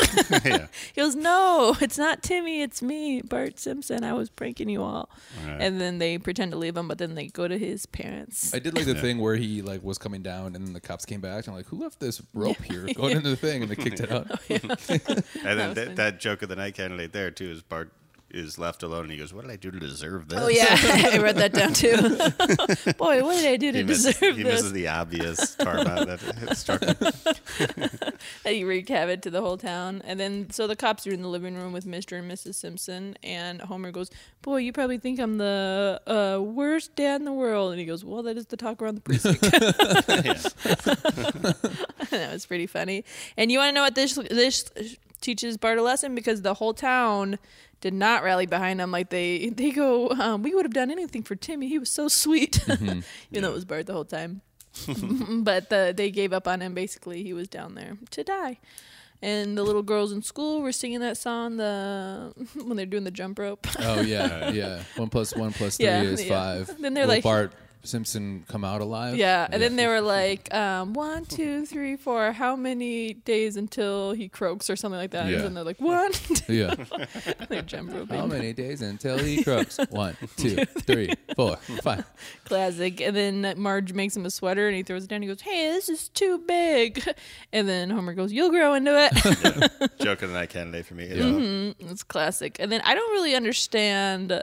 He goes, No, it's not Timmy, it's me, Bart Simpson. I was pranking you all. All right. And then they pretend to leave him, but then they go to his parents. I did like the Yeah. thing where he like was coming down and then the cops came back and I'm like, who left this rope here Yeah. Oh, going into the thing? And they kicked it up. And That then was that, funny. that joke of the night candidate there too is Bart is left alone and he goes, "What did I do to deserve this?" Oh, yeah, I read that down too. Boy, what did I do to He miss- deserve He this? misses the obvious carve out that it struck him. that he wreaked havoc to the whole town. And then, so the cops are in the living room with Mr. and Mrs. Simpson. And Homer goes, Boy, you probably think I'm the uh, worst dad in the world. And he goes, Well, that is the talk around the precinct. that was pretty funny. And you want to know what this, this teaches Bart a lesson? Because the whole town did not rally behind him like they they go um, we would have done anything for timmy he was so sweet Mm-hmm. even though it was bart the whole time but the, they gave up on him. Basically, he was down there to die. And the little girls in school were singing that song the when they're doing the jump rope. Oh yeah, yeah. One plus one plus three Yeah, is yeah. five. Then they're Will like- Bart Simpson come out alive. yeah, and then they were like, um, one, two, three, four. How many days until he croaks or something like that? Yeah. And then they're like, one. two." Yeah. they're jump roping. How many days until he croaks? One, two, three, four, five. Classic. And then Marge makes him a sweater and he throws it down. He goes, "Hey, this is too big." And then Homer goes, "You'll grow into it." Joke of the night candidate for me. as well. Mm-hmm. It's classic. And then I don't really understand.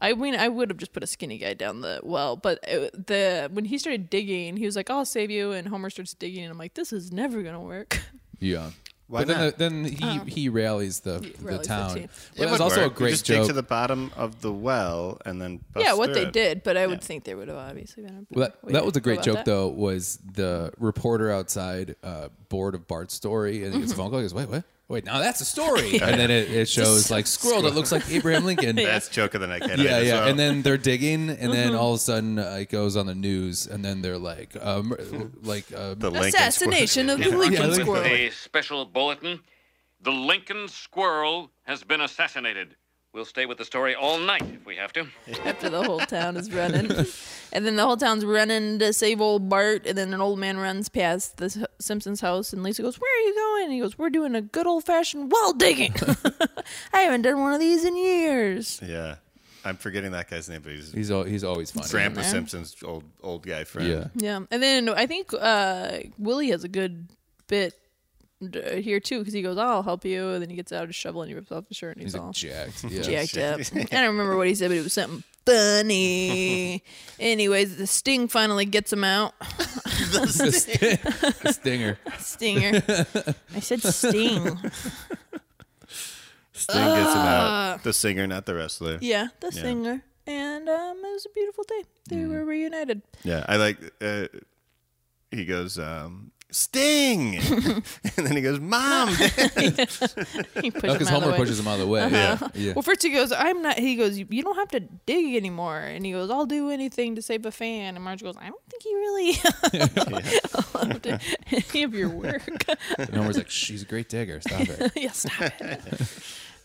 I mean, I would have just put a skinny guy down the well, but it, the when he started digging, he was like, "I'll save you," and Homer starts digging, and I'm like, "This is never gonna work." Yeah. Why but not? Then, the, then he, Um, he rallies the, the rallies the town. team. It Well, that would was also work. a You great just joke. dig to the bottom of the well and then bust yeah, what they through it. did, but I would think they would have obviously been. Well, that, that was a great joke though. though. Was the reporter outside uh, bored of Bart's story and he gets Mm-hmm. a phone call? He goes, "Wait, what? Wait, now that's a story." Yeah. And then it, it Just shows like scroll that scroll. looks like Abraham Lincoln. That's joke of the night candidate. Yeah, as yeah. well. And then they're digging, and then Mm-hmm. Mhm. all of a sudden uh, it goes on the news, and then they're like, um, like uh, the Assassination of the Yeah, Lincoln Lincoln Squirrel. Squirrel. A special bulletin. The Lincoln squirrel has been assassinated. We'll stay with the story all night if we have to. after the whole town is running. and then the whole town's running to save old Bart. And then an old man runs past the S- Simpsons house. And Lisa goes, Where are you going? And he goes, We're doing a good old fashioned well digging. I haven't done one of these in years. Yeah. I'm forgetting that guy's name, but he's he's al- he's always funny. Grandpa Yeah. Simpson's old old guy friend. Yeah. Yeah. And then I think uh, Willie has a good bit d- here too because he goes i'll help you and then he gets out his shovel and he rips off his shirt and he's, He's, like, all jacked. Yeah. jacked up Jacked. i don't remember what he said but it was something funny anyways the sting finally gets him out The sting- the stinger. Stinger. I said sting. Sting gets him Uh. out. The singer, not the wrestler. Yeah, the singer. And um, it was a beautiful day. They Mm. were reunited. Yeah, I like. Uh, he goes, um, Sting, and then he goes, Mom. He pushed No, 'cause him out of the Homer way. pushes him out of the way. Uh-huh. Yeah. Yeah. Well, first he goes, "I'm not." He goes, "You don't have to dig anymore." And he goes, "I'll do anything to save a fan." And Marge goes, "I don't think you really loved any of your work." And Homer's like, "She's a great digger. Stop it." yeah, stop it.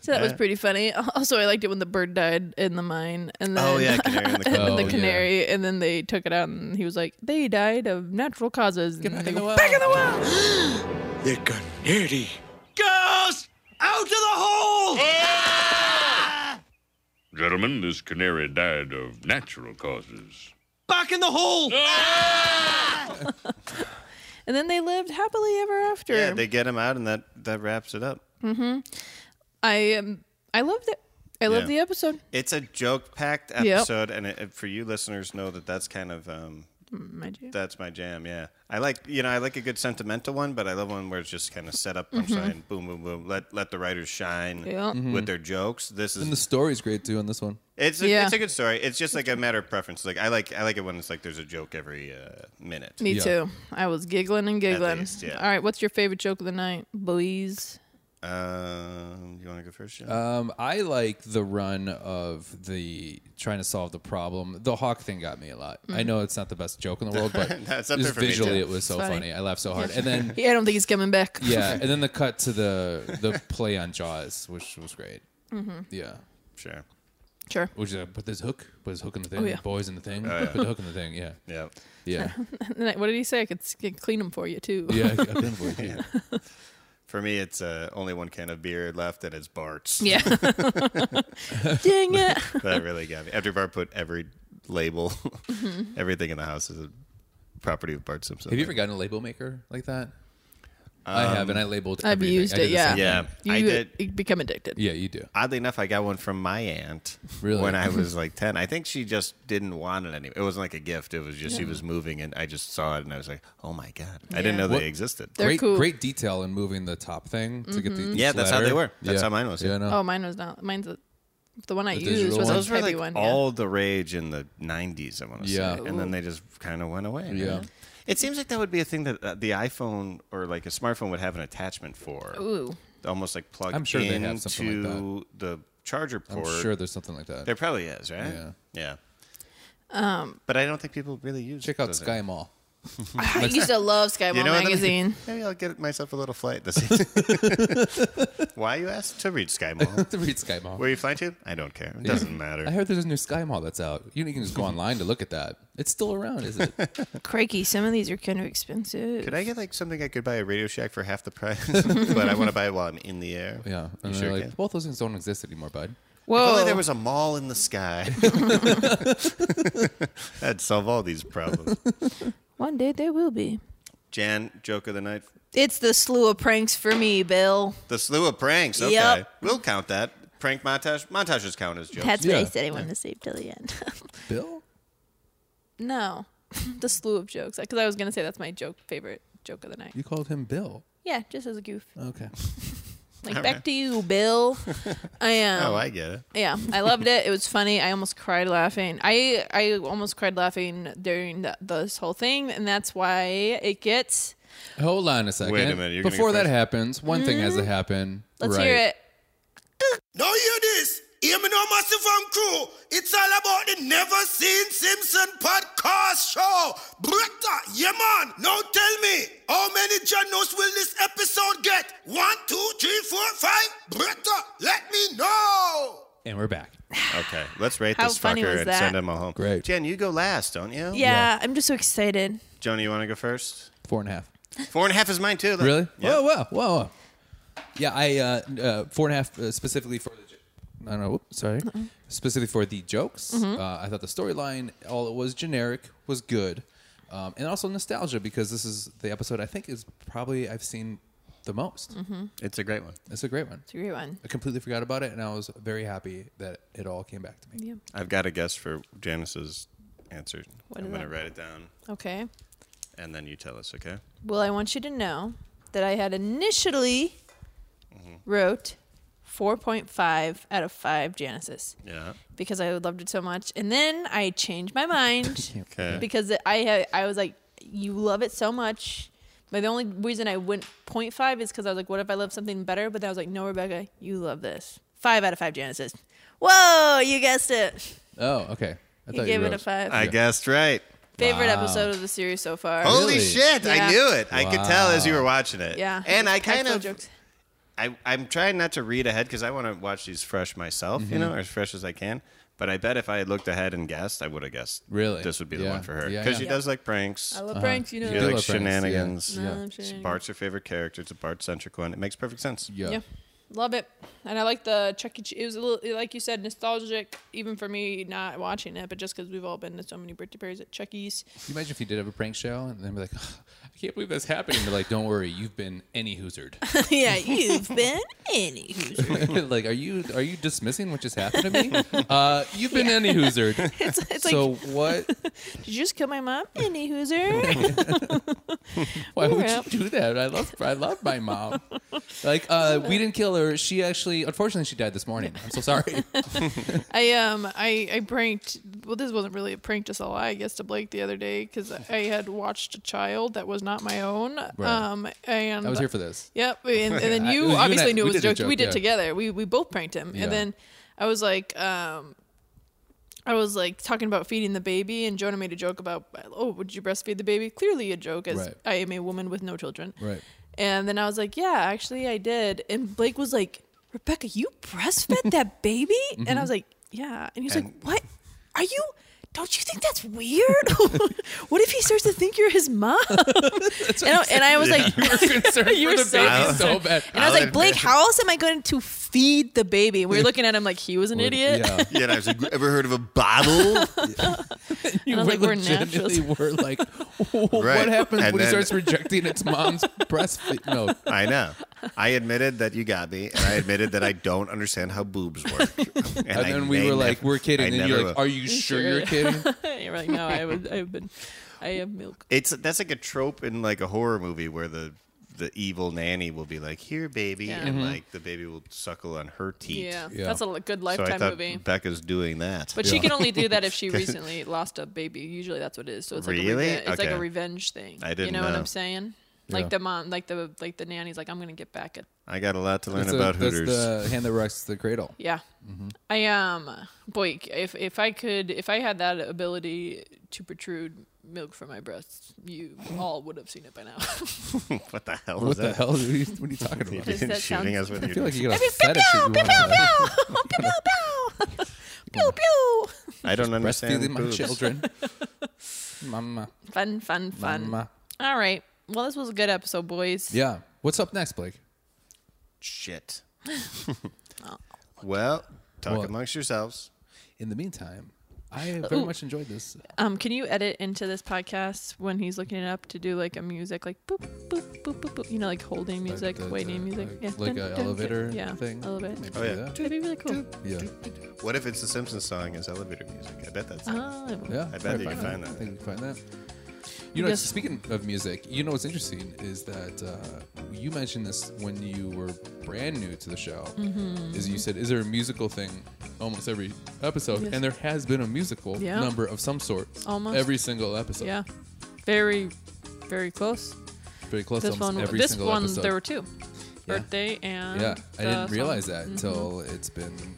So that was Uh, pretty funny. Also, I liked it when the bird died in the mine, and then Oh, yeah, canary in the and coal. the Oh, yeah. canary, and then they took it out, and he was like, "They died of natural causes." And they go, well. back in the well. The canary. Girls, out to the hole! Gentlemen, this canary died of natural causes. Back in the hole! and then they lived happily ever after. yeah, they get him out, and that that wraps it up. mm-hmm. I um, I loved it. I loved Yeah. the episode. It's a joke packed Yep. episode, and it, for you listeners, know that that's kind of um, my jam. That's my jam. Yeah, I like you know I like a good sentimental one, but I love one where it's just kind of set up punchline, boom, boom, boom. Let let the writers shine Yeah. Mhm. with their jokes. This is And the story's great too on this one. it's a, Yeah. it's a good story. It's just like a matter of preference. Like I like I like it when it's like there's a joke every uh, minute. Me too. I was giggling and giggling. least, yeah. All right, what's your favorite joke of the night, boys? Um, you want to go first? Jim? Um, I like the run of the trying to solve the problem. The hawk thing got me a lot. I Mhm. know it's not the best joke in the world, but No, it's up there just for me, too. visually it was so It's funny. funny. I laughed so hard. And then yeah, I don't think he's coming back. yeah, and then the cut to the the play on Jaws, which was great. Mhm. Yeah, sure, Sure. Which is like, put this hook, put this hook in the thing, Oh, yeah. boys in the thing, Oh, yeah. put the hook in the thing. Yeah, yeah, yeah. And then I- what did he say? I could s- can clean them for you too. Yeah, I could clean 'em for you, too. For me, it's uh, only one can of beer left, and it's Bart's. Yeah. Dang it. that really got me. After Bart put every label, Mhm. everything in the house is a property of Bart Simpson. Have you ever gotten a label maker like that? I have, Um, and I labeled. I've everything. used I did it. the Yeah, same Yeah. thing. You, I did- you become addicted. Yeah, you do. Oddly enough, I got one from my aunt. Really? When I was like ten, I think she just didn't want it anymore. It wasn't like a gift. It was just she Yeah. was moving, and I just saw it, and I was like, "Oh my god!" I didn't know What- they existed. great, great detail in moving the top thing to get the Mhm. each Yeah, that's how they letter. were. That's how mine was, Yeah, yeah. I know. Oh, mine was not. Mine's the, the one I The used digital was one? a Those were, heavy like, one. yeah. All the rage in the '90s. I want to Yeah. say, and then they just kind of went away. Yeah. It seems like that would be a thing that uh, the iPhone or like a smartphone would have an attachment for. Ooh. Almost like plugged I'm sure they into have something like the charger I'm Oh. port. sure there's something like that. There probably is, right? Yeah. Yeah. Um, But I don't think people really use. Check out those Sky apps. Mall. I used to love Skywall You know what, let me- magazine. Maybe I'll get myself a little flight this season. Why you asked to read Sky Mall? to read Sky Mall. Where you flying to? I don't care. It doesn't matter. I heard there's a new Sky Mall that's out. You can just go online to look at that. It's still around, is it? Crikey, some of these are kind of expensive. Could I get like something I could buy at Radio Shack for half the price? but I want to buy it while I'm in the air. Yeah. You And sure they're like, can? both those things don't exist anymore, bud. If Whoa. only there was a mall in the sky. That'd solve all these problems. One day there will be. Jan, joke of the night. It's the slew of pranks for me, Bill. The slew of pranks. Okay. Yep. We'll count that. Prank montage. Montages count as jokes. That's what I said I wanted to save till the end. Bill? no, the slew of jokes. Because I was gonna say that's my joke favorite joke of the night. You called him Bill. Yeah, just as a goof. Okay. Like All back right. to you, Bill. I am. Oh, I get it. Yeah, I loved it. It was funny. I almost cried laughing. I I almost cried laughing during the, this whole thing, and that's why it gets. Hold on a second. minute, you're gonna Before go that first? happens, one thing has to happen. Mm-hmm. Let's right. hear it. Now hear this. Hear me now, Massive Farm Crew. It's all about the Never Seen Simpson podcast show. Bretta, yeah, man. Now tell me, how many journals will this episode get? One, two, three, four, five? Bretta, let me know. And we're back. Okay. Let's rate How this funny fucker was and that? send him all home. Great. Jan, you go last, don't you? Yeah, I'm just so excited. Joni, you want to go first? Four and a half. Four and a half is mine too. though. Really? Yeah. Whoa, whoa, whoa, whoa. Yeah, I uh, uh, four and a half uh, specifically for the. jo- I don't know. Whoops, sorry. Specifically for the jokes, Mhm. uh, I thought the storyline, all it was generic, was good, um, and also nostalgia because this is the episode I think is probably I've seen the most. Mhm. It's a great one. It's a great one. It's a great one. I completely forgot about it, and I was very happy that it all came back to me. Yeah. I've got a guess for Janice's answer. What I'm is going to that? write it down Okay. and then you tell us, okay? Well, I want you to know that I had initially Mm-hmm. wrote 4.5 out of 5 Genesis Yeah. because I loved it so much. And then I changed my mind Okay. because it- I had, I was like, you love it so much. But the only reason I went 0.5 is because I was like, what if I love something better? But then I was like, no, Rebecca, you love this. Five out of five Genesis. Whoa, you guessed it. Oh, okay. I You thought gave it wrote- a five. I Oh, guessed right. Favorite Wow. episode of the series so far. Holy shit! I Yeah. knew it. I could tell as you were watching it. Yeah. and I Packed kind full of, I, I'm trying not to read ahead because I want to watch these fresh myself, you Mhm. know, as fresh as I can. But I bet if I had looked ahead and guessed, I would have guessed. Really? this would be the Yeah. one for her because Yeah, yeah. she Yeah. does like pranks. I love Uh-huh. pranks, you know. She You do likes love pranks, yeah. shenanigans. No, I'm It's shenanigans. Bart's her favorite character. It's a Bart-centric one. It makes perfect sense. Yeah. Love it. And I like the Chuck E. Cheese. It was a little, like you said, nostalgic, even for me not watching it, but just because we've all been to so many birthday parties at Chuck E.'s. Can you imagine if you did have a prank show and then be like, I can't believe that's happening. They're like, don't worry, you've been any hoosered. yeah, you've been any. like, are you are you dismissing what just happened to me? Uh, you've been any hoosered. It's, it's so like, what? did you just kill my mom? Any hooser? Why We're would up. you do that? I love I love my mom. Like, uh, we didn't kill her. She actually, unfortunately, she died this morning. I'm so sorry. I um I I pranked. Well, this wasn't really a prank, just a lie, I guess, to Blake the other day because I had watched a child that was not my own. Right. Um, and I was here for this. Yep, and, and then I- it you was and obviously I- knew it we was a did a joke. We joke, did yeah. together. We we both pranked him, Yeah. and then I was like, um, I was like talking about feeding the baby, and Jonah made a joke about, oh, would you breastfeed the baby? Clearly a joke, as Right. I am a woman with no children. Right. And then I was like, yeah, actually I did. And Blake was like, Rebecca, you breastfed that baby? And I was Mhm. like, yeah. And he was And- like, what? Are you? Don't you think that's weird? what if he starts to think you're his mom? and, I, and I was like, you were concerned You for were the so baby concerned. so bad. And I was like, Blake, how else am I going to feed the baby? And we were looking at him like he was an idiot. Yeah. yeah, and I was like, ever heard of a bottle? You I was were like, we're legitimately naturals. were like, "Well, Right. what happens And when then- he starts rejecting its mom's breastfeed? No, I know. I admitted that you got me, and I admitted that I don't understand how boobs work. And, And I then we may were nev- like, we're kidding. I And you're never like, will. are you sure you're kidding? you were like, no, I would, I've been, I have milk. It's that's like a trope in like a horror movie where the the evil nanny will be like, "Here, baby," Yeah. and Mm-hmm. Mhm. like the baby will suckle on her teeth. Yeah, Yeah. that's a li- good so I Lifetime thought movie. Becca's doing that, But she can only do that if she recently lost a baby. Usually that's what it is. So it's like a Really? reven- it's like Okay. a revenge thing. I didn't You know, what know. I'm saying? Like Yeah. the mom, like the like the nanny's like, I'm gonna get back at. I got a lot to learn That's a- about that's Hooters. the hand that rocks the cradle. Yeah, Mm-hmm. I um, boy, if if I could, if I had that ability to protrude milk from my breasts, you all would have seen it by now. what the hell? What was the that? hell? What are you what are you talking about? You've been that shooting sound- us with I your feel like you got a Pew, pew, fetish. if you pew, want to- pew pew. I don't understand breastfeeding my boobs. children. Mama, Fun, fun, fun. mama. All right. Well, this was a good episode, boys. Yeah. What's up next, Blake? Shit. Oh. well, talk What? amongst yourselves. In the meantime, I very Ooh. much enjoyed this. uh, Um, can you edit into this podcast when he's looking it up to do like a music, like boop boop boop boop boop, you know, like holding music, the- waiting the- uh, music, like- yeah, like a dun, dun, elevator dun, yeah, thing? elevator. Maybe Oh, yeah. that. That'd be really cool. Yeah. What if it's the Simpsons song as elevator music? I bet that's. Oh. Yeah, I bet that probably you can find I that. think you can find that. You know, Yes. speaking of music, you know what's interesting is that uh, you mentioned this when you were brand new to the show. Mhm. Is you said, "Is there a musical thing almost every episode?" Yes. And there has been a musical Yeah. number of some sort Almost. every single episode. Yeah, very, very close. very close. this almost one, every this single one, episode. there were two, Yeah. birthday and yeah, I the didn't song. realize that Mhm. until it's been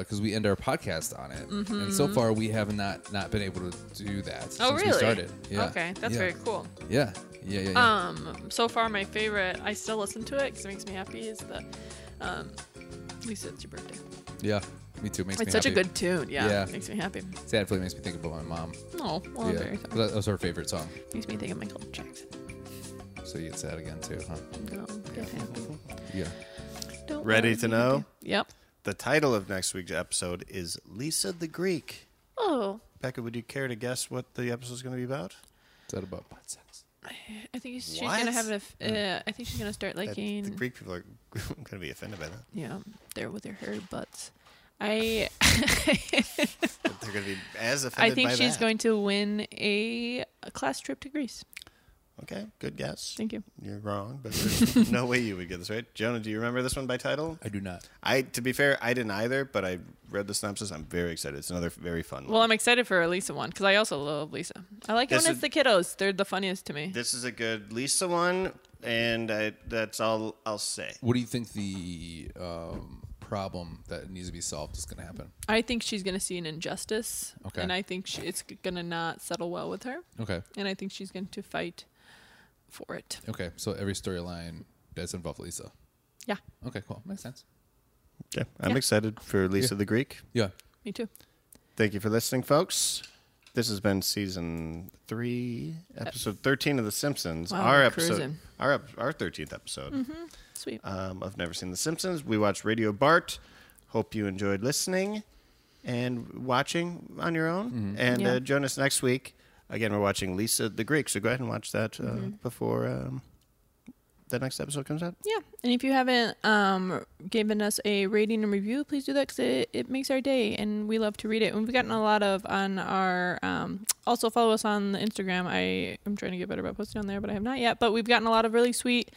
because we end our podcast on it, and so Mhm. far we have not not been able to do that. Oh, since really? We started. Yeah. Okay, that's Yeah. very cool. Yeah, yeah, yeah. yeah. Um, so far my favorite, I still listen to it because it makes me happy. Is the, um, Lisa, it's your birthday. Yeah, me too. Makes It's me such a happy. good tune, yeah. Makes me happy. Sadly, makes me think about my mom. Oh, well, I'm very sorry. that was her favorite song. Makes me think of Michael Jackson. So you get sad again too, huh? No, get happy. Yeah. Don't Ready worry. to know? Yep. The title of next week's episode is Lisa the Greek. Oh, Becca, would you care to guess what the episode's going to be about? Is that about butt sex? I think she's gonna have an. Mm. aff- Uh, I think she's gonna start The liking. Greek people are going to be offended by that. Yeah, there with her hairy butts. I. But they're going to be as offended I think by she's that. going to win a, a class trip to Greece. Okay, good guess. Thank you. You're wrong, but there's no way you would get this right. Jonah, do you remember this one by title? I do not. I, to be fair, I didn't either, but I read the synopsis. I'm very excited. It's another very fun one. Well, I'm excited for a Lisa one because I also love Lisa. I like it This when is- it's the kiddos. They're the funniest to me. This is a good Lisa one, and I, that's all I'll say. What do you think the um, problem that needs to be solved is going to happen? I think she's going to see an injustice. Okay. And I think she, it's going to not settle well with her. Okay. And I think she's going to fight for it. Okay, so every storyline does involve Lisa. Yeah. Okay, cool. Makes sense. Yeah, I'm Yeah. excited for Lisa the Greek. Yeah. Me too. Thank you for listening, folks. This has been season three, episode thirteen of The Simpsons. Wow, our we're episode, cruising. our ep- our thirteenth episode. Mhm. Sweet. Um, I've never seen The Simpsons. We watched Radio Bart. Hope you enjoyed listening and watching on your own. And Yeah. uh, join us next week Again, we're watching Lisa the Greek, so go ahead and watch that uh, Mm-hmm. before um, the next episode comes out. Yeah, and if you haven't um, given us a rating and review, please do that because it, it makes our day, and we love to read it. And we've gotten a lot of on our. Um, also follow us on the Instagram. I am trying to get better about posting on there, but I have not yet. But we've gotten a lot of really sweet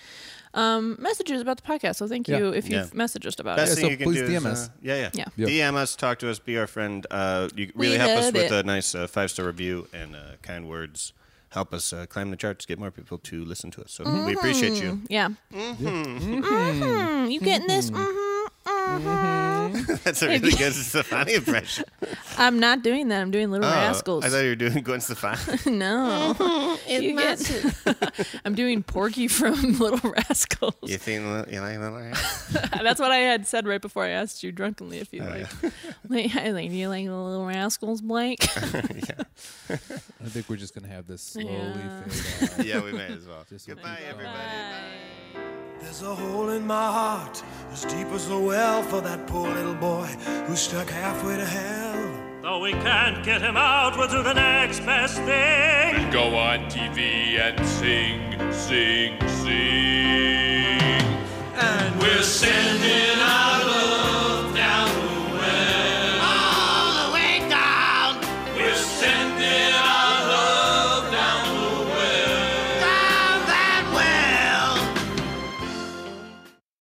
um, messages about the podcast. So thank you if you've messaged us about Best it. thing you can do is, uh, yeah, yeah. Yeah. DM us, talk to us, be our friend. Uh, you really We help us love with it. a nice uh, five star review and uh, kind words. Help us uh, climb the charts, get more people to listen to us. So we appreciate you. Mhm. Yeah. Mhm. You getting this? Mm-hmm. That's a really good Stefani impression. I'm not doing that. I'm doing Little Oh, Rascals. I thought you were doing Gwen Stefani. no. It You get- I'm doing Porky from Little Rascals. you think you like Little Rascals? That's what I had said right before I asked you drunkenly if you like. like, I was like, do you like the Little Rascals, Blake? I think we're just gonna have this slowly Yeah. fade out. Yeah, we may as well. Just Goodbye, keep going. everybody. There's a hole in my heart, as deep as the well for that poor little boy who's stuck halfway to hell. Though we can't get him out, we'll do the next best thing. Go on TV and sing, sing, sing.